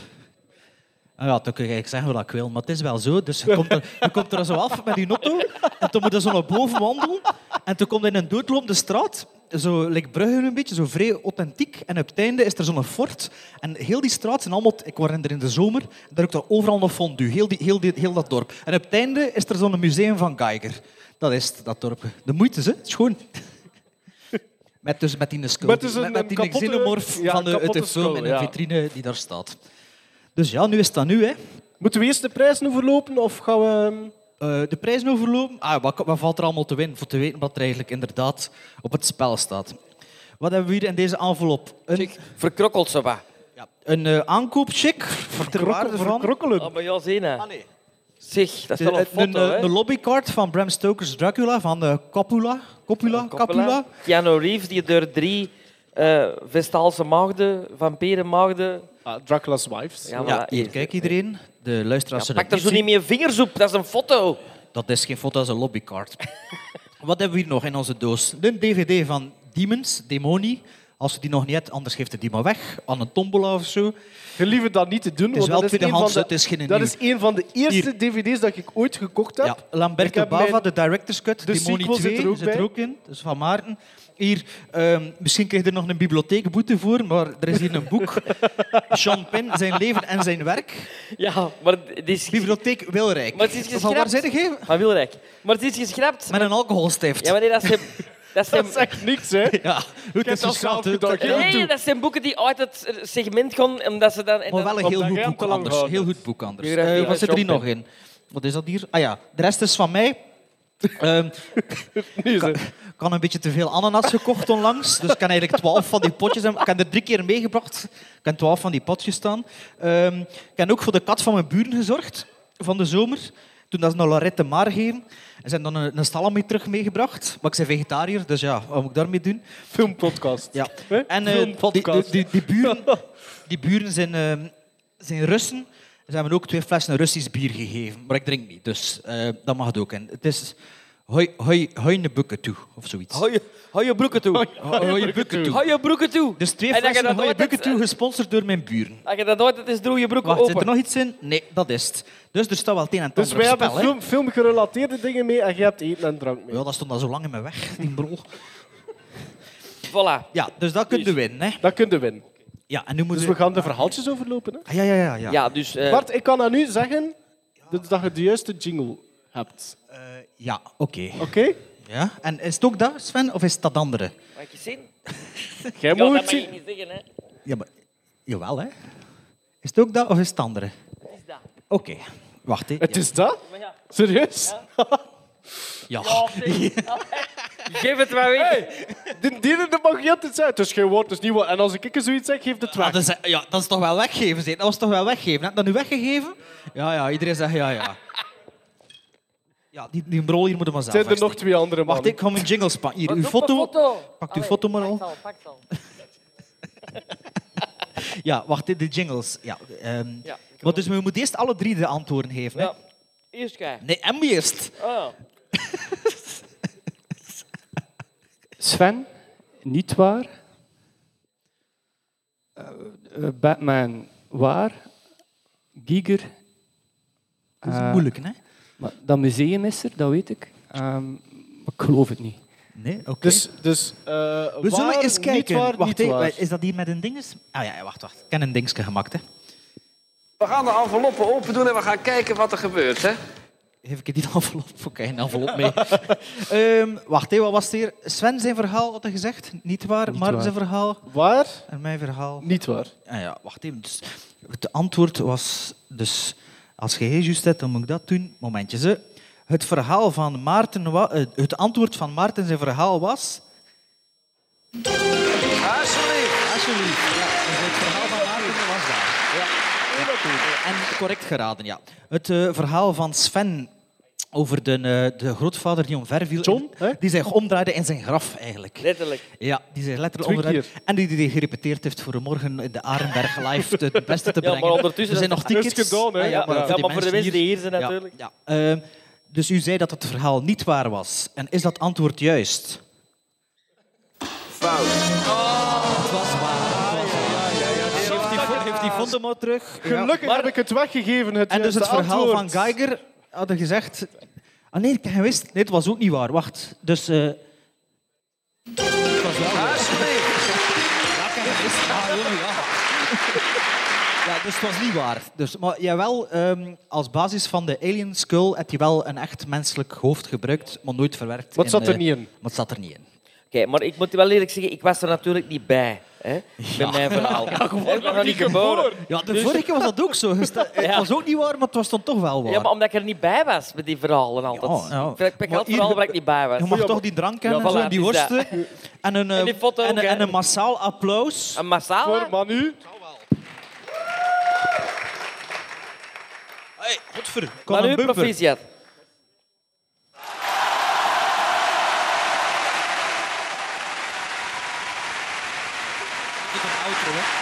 Speaker 5: Ah ja, dan kun je eigenlijk zeggen wat ik wil, maar het is wel zo. Dus je komt er, je komt er zo af met je auto en dan moet je zo naar boven wandelen. En toen komt in een doodlopende straat, zo like Brugge een beetje, zo vrij authentiek. En op het einde is er zo'n fort. En heel die straat zijn allemaal... Ik was er in de zomer, en daar ook daar overal nog fondue. Heel, die, heel, die, heel dat dorp. En op het einde is er zo'n museum van Geiger. Dat is het, dat dorp. De moeite, hè? Schoon. [LAUGHS] Met, dus, met die skull.
Speaker 9: Met dus een-
Speaker 5: met, met die
Speaker 9: een kapotte-
Speaker 5: xenomorf
Speaker 9: ja,
Speaker 5: van de,
Speaker 9: een
Speaker 5: uit de
Speaker 9: kapotte
Speaker 5: film in
Speaker 9: skull,
Speaker 5: de
Speaker 9: ja.
Speaker 5: vitrine die daar staat. Dus ja, nu is dat nu, hè.
Speaker 9: Moeten we eerst de prijzen verlopen of gaan we... ehm,
Speaker 5: Eh, de prijzen overlopen. Ah, wat, wat valt er allemaal te winnen? Voor te weten wat er eigenlijk inderdaad op het spel staat. Wat hebben we hier in deze envelop? Een,
Speaker 8: Verkrokkelt ze wat.
Speaker 5: een eh aankoopcheck ter waarde van...
Speaker 8: Ah, maar ja, Zena. Zeg, dat is wel een
Speaker 5: Een,
Speaker 8: foto,
Speaker 5: eh,
Speaker 8: hè.
Speaker 5: een lobbycard van Bram Stoker's Dracula van eh, Coppola. Coppola? Coppola?
Speaker 8: Keanu Reeves, die door drie eh Vestaalse maagden, vampirenmaagden...
Speaker 9: Ah, Dracula's wives.
Speaker 8: Ja,
Speaker 5: Ja,
Speaker 8: voilà.
Speaker 5: hier, kijk iedereen. De luisteraars zullen
Speaker 8: Pak er
Speaker 5: het
Speaker 8: zo
Speaker 5: niet
Speaker 8: niet
Speaker 5: zien.
Speaker 8: meer vingers op, dat is een foto.
Speaker 5: Dat is geen foto, dat is een lobbycard. [LAUGHS] Wat hebben we hier nog in onze doos? Een dvd van Demons, Demoni. Als je die nog niet hebt, anders geeft je die maar weg. Aan een tombola of zo.
Speaker 9: Je liever dat niet te doen,
Speaker 5: Het is
Speaker 9: want
Speaker 5: wel
Speaker 9: dat is een
Speaker 5: tweedehands,
Speaker 9: van de-
Speaker 5: het is geen
Speaker 9: Dat
Speaker 5: nieuw.
Speaker 9: is een van de eerste dvd's dat ik ooit gekocht heb.
Speaker 5: Ja, Lamberto
Speaker 9: Ik heb
Speaker 5: Bava,
Speaker 9: mijn-
Speaker 5: de director's cut,
Speaker 9: de
Speaker 5: Demoni
Speaker 9: sequel
Speaker 5: 2
Speaker 9: zit er ook bij.
Speaker 5: in. Dus van Maarten. Hier, ehm, misschien krijg je er nog een bibliotheekboete voor, maar er is hier een
Speaker 9: [LAUGHS]
Speaker 5: boek. Sean Penn, zijn leven en zijn werk.
Speaker 8: Ja, maar dit is...
Speaker 5: Bibliotheek Wilrijk.
Speaker 8: Maar het is geschrapt.
Speaker 5: Van waar zijn jij?
Speaker 8: Van Wilrijk. Maar het is geschrapt.
Speaker 5: Met een alcoholstift.
Speaker 8: Ja, maar nee, dat zijn... Dat zijn...
Speaker 9: niks, hè?
Speaker 5: [LAUGHS] Ja, goed, dat is geschrapt. hè.
Speaker 8: Nee, dat zijn boeken die uit het segment gaan, omdat ze dan... en
Speaker 5: Maar
Speaker 8: dan-
Speaker 5: wel een heel
Speaker 8: Omdat
Speaker 5: goed
Speaker 8: jij hem
Speaker 5: boek
Speaker 8: te lang
Speaker 5: anders.
Speaker 8: houdt.
Speaker 5: Heel goed boek anders.
Speaker 8: Biografie
Speaker 5: Eh, wat
Speaker 8: van
Speaker 5: zit er hier
Speaker 8: Sean
Speaker 5: nog in? Wat is dat hier? Ah ja, de rest is van mij.
Speaker 8: [LAUGHS]
Speaker 5: Ehm, kan, kan een beetje te veel ananas gekocht onlangs. Dus ik kan eigenlijk twaalf van die potjes hebben. Ik heb er drie keer meegebracht. Ik heb twaalf van die potjes staan. Ehm, ik heb ook voor de kat van mijn buren gezorgd van de zomer. Toen dat ze naar Lorette de Maar gingen. En ze hebben dan een, een salami terug meegebracht. Maar ik ben vegetariër, dus ja, wat moet ik daarmee doen?
Speaker 9: Filmpodcast.
Speaker 5: Ja. En eh, die, die, die, die buren,
Speaker 9: [LAUGHS]
Speaker 5: die buren zijn, eh, zijn Russen. Ze hebben ook twee flessen Russisch bier gegeven. Maar ik drink niet, dus eh, dat mag het ook. En het is hoi, hoi, hoi ne bukken toe, of zoiets.
Speaker 8: Hou je- Hou je broeken toe.
Speaker 5: Hoi je bukken toe.
Speaker 8: Hou je broeken toe.
Speaker 5: Dus twee
Speaker 8: En dat je
Speaker 5: flessen
Speaker 8: dat
Speaker 5: hoi je
Speaker 8: nooit
Speaker 5: bukken
Speaker 8: hebt-
Speaker 5: toe, gesponsord door mijn buren.
Speaker 8: Als je dat ooit, dat is droe je broeken
Speaker 5: Wacht, zit er
Speaker 8: open.
Speaker 5: nog iets in? Nee, dat is het. Dus er staat wel het een en het
Speaker 9: Dus
Speaker 5: ander
Speaker 9: wij
Speaker 5: op
Speaker 9: hebben
Speaker 5: spel. hè.
Speaker 9: film, filmgerelateerde dingen mee en jij hebt eten en drank mee.
Speaker 5: Ja, dat stond al zo lang in mijn weg, die brol.
Speaker 8: Voilà.
Speaker 5: Ja, dus dat kunt u winnen. Hè.
Speaker 9: Dat kun je winnen.
Speaker 5: Ja, en nu moet
Speaker 9: Dus
Speaker 5: u-
Speaker 9: we gaan de verhaaltjes overlopen. Hè?
Speaker 5: Ah, Ja, ja, ja. ja.
Speaker 8: Ja, dus... eh,
Speaker 9: Bart, ik kan aan u zeggen dat dat je de juiste jingle hebt.
Speaker 5: Ja, oké.
Speaker 9: Oké?
Speaker 5: Ja. En is het ook dat, Sven, of is het dat andere?
Speaker 8: Mag ik je zien?
Speaker 9: Jij
Speaker 8: Ja,
Speaker 9: moet het
Speaker 8: dat mag je
Speaker 9: zien.
Speaker 8: niet zeggen, hè.
Speaker 5: Ja, maar... Jawel, hè. Is het ook dat of is het andere?
Speaker 8: Het is dat.
Speaker 5: Oké. Wacht, hè.
Speaker 9: Het
Speaker 5: Ja.
Speaker 9: is dat?
Speaker 8: Maar ja.
Speaker 9: Serieus?
Speaker 5: [LAUGHS] Ja.
Speaker 8: Ja, zeg. [LAUGHS] Geef het maar weg.
Speaker 9: De dienende mag je altijd zeggen. Het is geen woord, het is niet wat. En als ik er zoiets zeg, geef het
Speaker 5: Ah,
Speaker 9: weg.
Speaker 5: dat, is, ja, dat is toch wel weggeven, zeg. Dat was toch wel weggeven. Heb je dat nu weggegeven? Ja, ja, iedereen zegt ja, ja. Ja, die, die brol hier moet je maar zelf
Speaker 9: Zijn er nog
Speaker 5: wegsteken.
Speaker 9: twee andere
Speaker 5: Wacht,
Speaker 9: mannen?
Speaker 5: ik ga mijn jingles pakken. Hier,
Speaker 8: Wat
Speaker 5: uw
Speaker 8: doet mijn
Speaker 5: foto.
Speaker 8: foto.
Speaker 5: Pak uw foto maar al.
Speaker 8: Pak ze al, pak ze al.
Speaker 5: Ja, wacht, hè, de ehm, jingles. Ja, ehm.
Speaker 8: Ja, ik
Speaker 5: maar dus we moeten eerst alle drie de antwoorden geven. Hè?
Speaker 8: Ja. Eerst jij.
Speaker 5: Nee, hem eerst.
Speaker 8: Oh.
Speaker 7: Sven, niet waar. Eh, eh, Batman, waar. Giger.
Speaker 5: Dat is
Speaker 7: Eh,
Speaker 5: moeilijk, hè?
Speaker 7: Maar dat museum is er, dat weet ik. Ehm, maar ik geloof het niet.
Speaker 5: Nee, oké.
Speaker 9: Dus, dus eh,
Speaker 5: We zullen
Speaker 9: waar,
Speaker 5: eens kijken.
Speaker 9: Niet waar,
Speaker 5: wacht,
Speaker 9: niet
Speaker 5: hè,
Speaker 9: waar.
Speaker 5: is dat die met een dinges? Ah ja, ja, wacht, wacht. Ik heb een dingetje gemaakt, hè.
Speaker 15: We gaan de enveloppen open doen en we gaan kijken wat er gebeurt. Hè?
Speaker 5: Even die [LAUGHS] envelop. Oké, een envelop mee. [LAUGHS] Ehm, wacht, hé, wat was het hier? Sven zijn verhaal had hij gezegd. Niet waar.
Speaker 9: Niet
Speaker 5: Maarten
Speaker 9: waar.
Speaker 5: zijn verhaal.
Speaker 9: Waar?
Speaker 5: En mijn verhaal.
Speaker 9: Niet waar.
Speaker 5: Ah ja, wacht even. Dus het antwoord was dus... Als je heel juist hebt, dan moet ik dat doen. Momentje, hè. Het, verhaal van Maarten wa- eh, het antwoord van Maarten zijn verhaal was...
Speaker 15: Alsjeblieft.
Speaker 5: Alsjeblieft. Ja, dus het verhaal van Maarten was daar. Ja. En correct geraden, ja. Het eh, verhaal van Sven over de, eh, de grootvader die omverviel. John? die zich omdraaide in zijn graf, eigenlijk.
Speaker 8: Letterlijk.
Speaker 5: Ja, die zich letterlijk
Speaker 8: Twee
Speaker 5: omdraaide. En die die gerepeteerd heeft voor morgen in de Arenberg live te-
Speaker 8: [LAUGHS]
Speaker 5: het beste te
Speaker 8: Ja,
Speaker 5: brengen.
Speaker 8: maar ondertussen
Speaker 5: er zijn
Speaker 8: is
Speaker 5: nog
Speaker 8: het-
Speaker 5: tickets.
Speaker 8: is gedaan, hè.
Speaker 5: Ah,
Speaker 8: Ja, ja,
Speaker 5: die
Speaker 8: maar voor de mensen die hier zijn,
Speaker 5: ja,
Speaker 8: natuurlijk.
Speaker 5: Ja, Ehm, dus u zei dat het verhaal niet waar was. En is dat antwoord juist?
Speaker 15: Fout.
Speaker 5: Het was waar. Heeft die Vondemo terug?
Speaker 9: Gelukkig heb ik het weggegeven. Het
Speaker 5: En dus het
Speaker 9: juiste
Speaker 5: verhaal
Speaker 9: antwoord.
Speaker 5: van Geiger hadden gezegd. Ah nee, ik heb gewist. Nee, het was ook niet waar. Wacht. Dus. eh, ja, dus het was niet waar. Dus, maar jawel, ehm als basis van de Alien Skull heb je wel een echt menselijk hoofd gebruikt, maar nooit verwerkt.
Speaker 9: Wat zat er
Speaker 5: eh,
Speaker 9: niet in?
Speaker 5: Wat zat er niet in?
Speaker 8: Oké, maar ik moet wel eerlijk zeggen, ik was er natuurlijk niet bij. Hè, Bij mijn verhaal.
Speaker 5: [LAUGHS] Ja, gewoon
Speaker 8: ik was nog niet geboren.
Speaker 5: Ja, de
Speaker 8: Dus-
Speaker 5: vorige keer was dat ook [LAUGHS] zo. Gesta- Het
Speaker 8: Ja.
Speaker 5: was ook niet waar, maar het was dan toch wel waar.
Speaker 8: Ja, maar omdat ik er niet bij was met die verhalen altijd.
Speaker 5: Ja, ja.
Speaker 8: Ik pik- pik
Speaker 5: Oh, nou, Maar
Speaker 8: altijd
Speaker 5: hier-
Speaker 8: verhalen waar ik niet bij was.
Speaker 5: Je mag toch die drank hebben,
Speaker 8: Ja,
Speaker 5: en
Speaker 8: voilà,
Speaker 5: zo, die
Speaker 8: het is
Speaker 5: worsten. En een, eh,
Speaker 8: [LAUGHS] En die foto
Speaker 5: en,
Speaker 8: ook, hè. Ah,
Speaker 5: en een massaal applaus.
Speaker 8: Een massaal?
Speaker 9: Voor Manu.
Speaker 5: Hey, godver, kom
Speaker 8: Maar
Speaker 5: een
Speaker 8: nu
Speaker 5: bumper.
Speaker 8: proficiat.
Speaker 5: Dit is een outro, hè.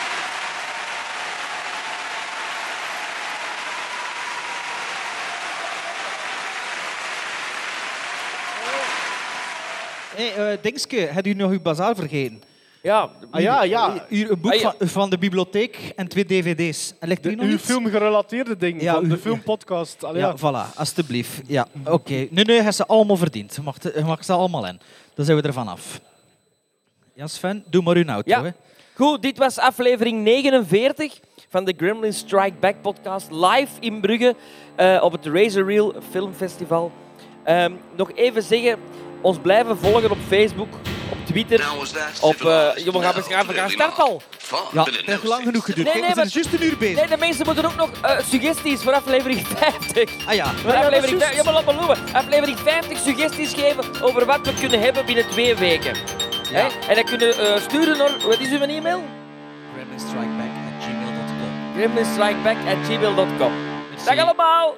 Speaker 5: Hey, eh, Dingske, heb je nog uw bazaar vergeten?
Speaker 8: Ja.
Speaker 9: Ah, ja, ja.
Speaker 5: Hier een boek
Speaker 9: Ah, ja.
Speaker 5: van, van de bibliotheek en twee dvd's. En ligt er hier nog
Speaker 9: uw
Speaker 5: iets?
Speaker 9: filmgerelateerde ding
Speaker 5: Ja,
Speaker 9: van
Speaker 5: uw-
Speaker 9: de filmpodcast. Allee,
Speaker 5: Ah, Ja, voilà, alstublieft. Ja, oké. Nee, nee, je hebt ze allemaal verdiend. Je mag, te- je mag ze allemaal in. Dan zijn we er vanaf. Ja, Sven, doe maar uw outro.
Speaker 8: Ja.
Speaker 5: Hè.
Speaker 8: Goed, dit was aflevering 49 van de Gremlin Strike Back podcast. Live in Brugge eh, op het Razor Reel Filmfestival. Ehm, nog even zeggen, ons blijven volgen op Facebook, op Twitter. Op, eh jongen, we gaan, we gaan- we gaan starten al.
Speaker 5: Ja, het heeft lang genoeg geduurd.
Speaker 8: Nee,
Speaker 5: Kijk,
Speaker 8: nee,
Speaker 5: we
Speaker 8: maar-
Speaker 5: zijn juist een uur bezig.
Speaker 8: Nee, de mensen moeten ook nog eh, suggesties voor aflevering [LAUGHS] 50.
Speaker 5: Ah ja.
Speaker 8: Voor
Speaker 5: Ja, dat is
Speaker 8: aflevering, 50 ja, maar laat maar lopen. Aflevering 50 suggesties geven over wat we kunnen hebben binnen twee weken. Hè? En dat kunnen eh, sturen naar, wat is uw e-mail?
Speaker 5: gremlinstrikeback.gmail.com
Speaker 8: gremlinstrikeback.gmail.com Dag allemaal!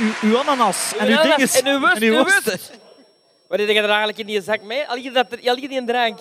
Speaker 5: Uw, uw ananas en
Speaker 8: Ja,
Speaker 5: uw
Speaker 8: dat-
Speaker 5: dinges.
Speaker 8: En uw worst,
Speaker 5: uw
Speaker 8: uw
Speaker 5: worsten.
Speaker 8: worst. Wat deed je er eigenlijk in die zak mee? Al je dat- al je die drank?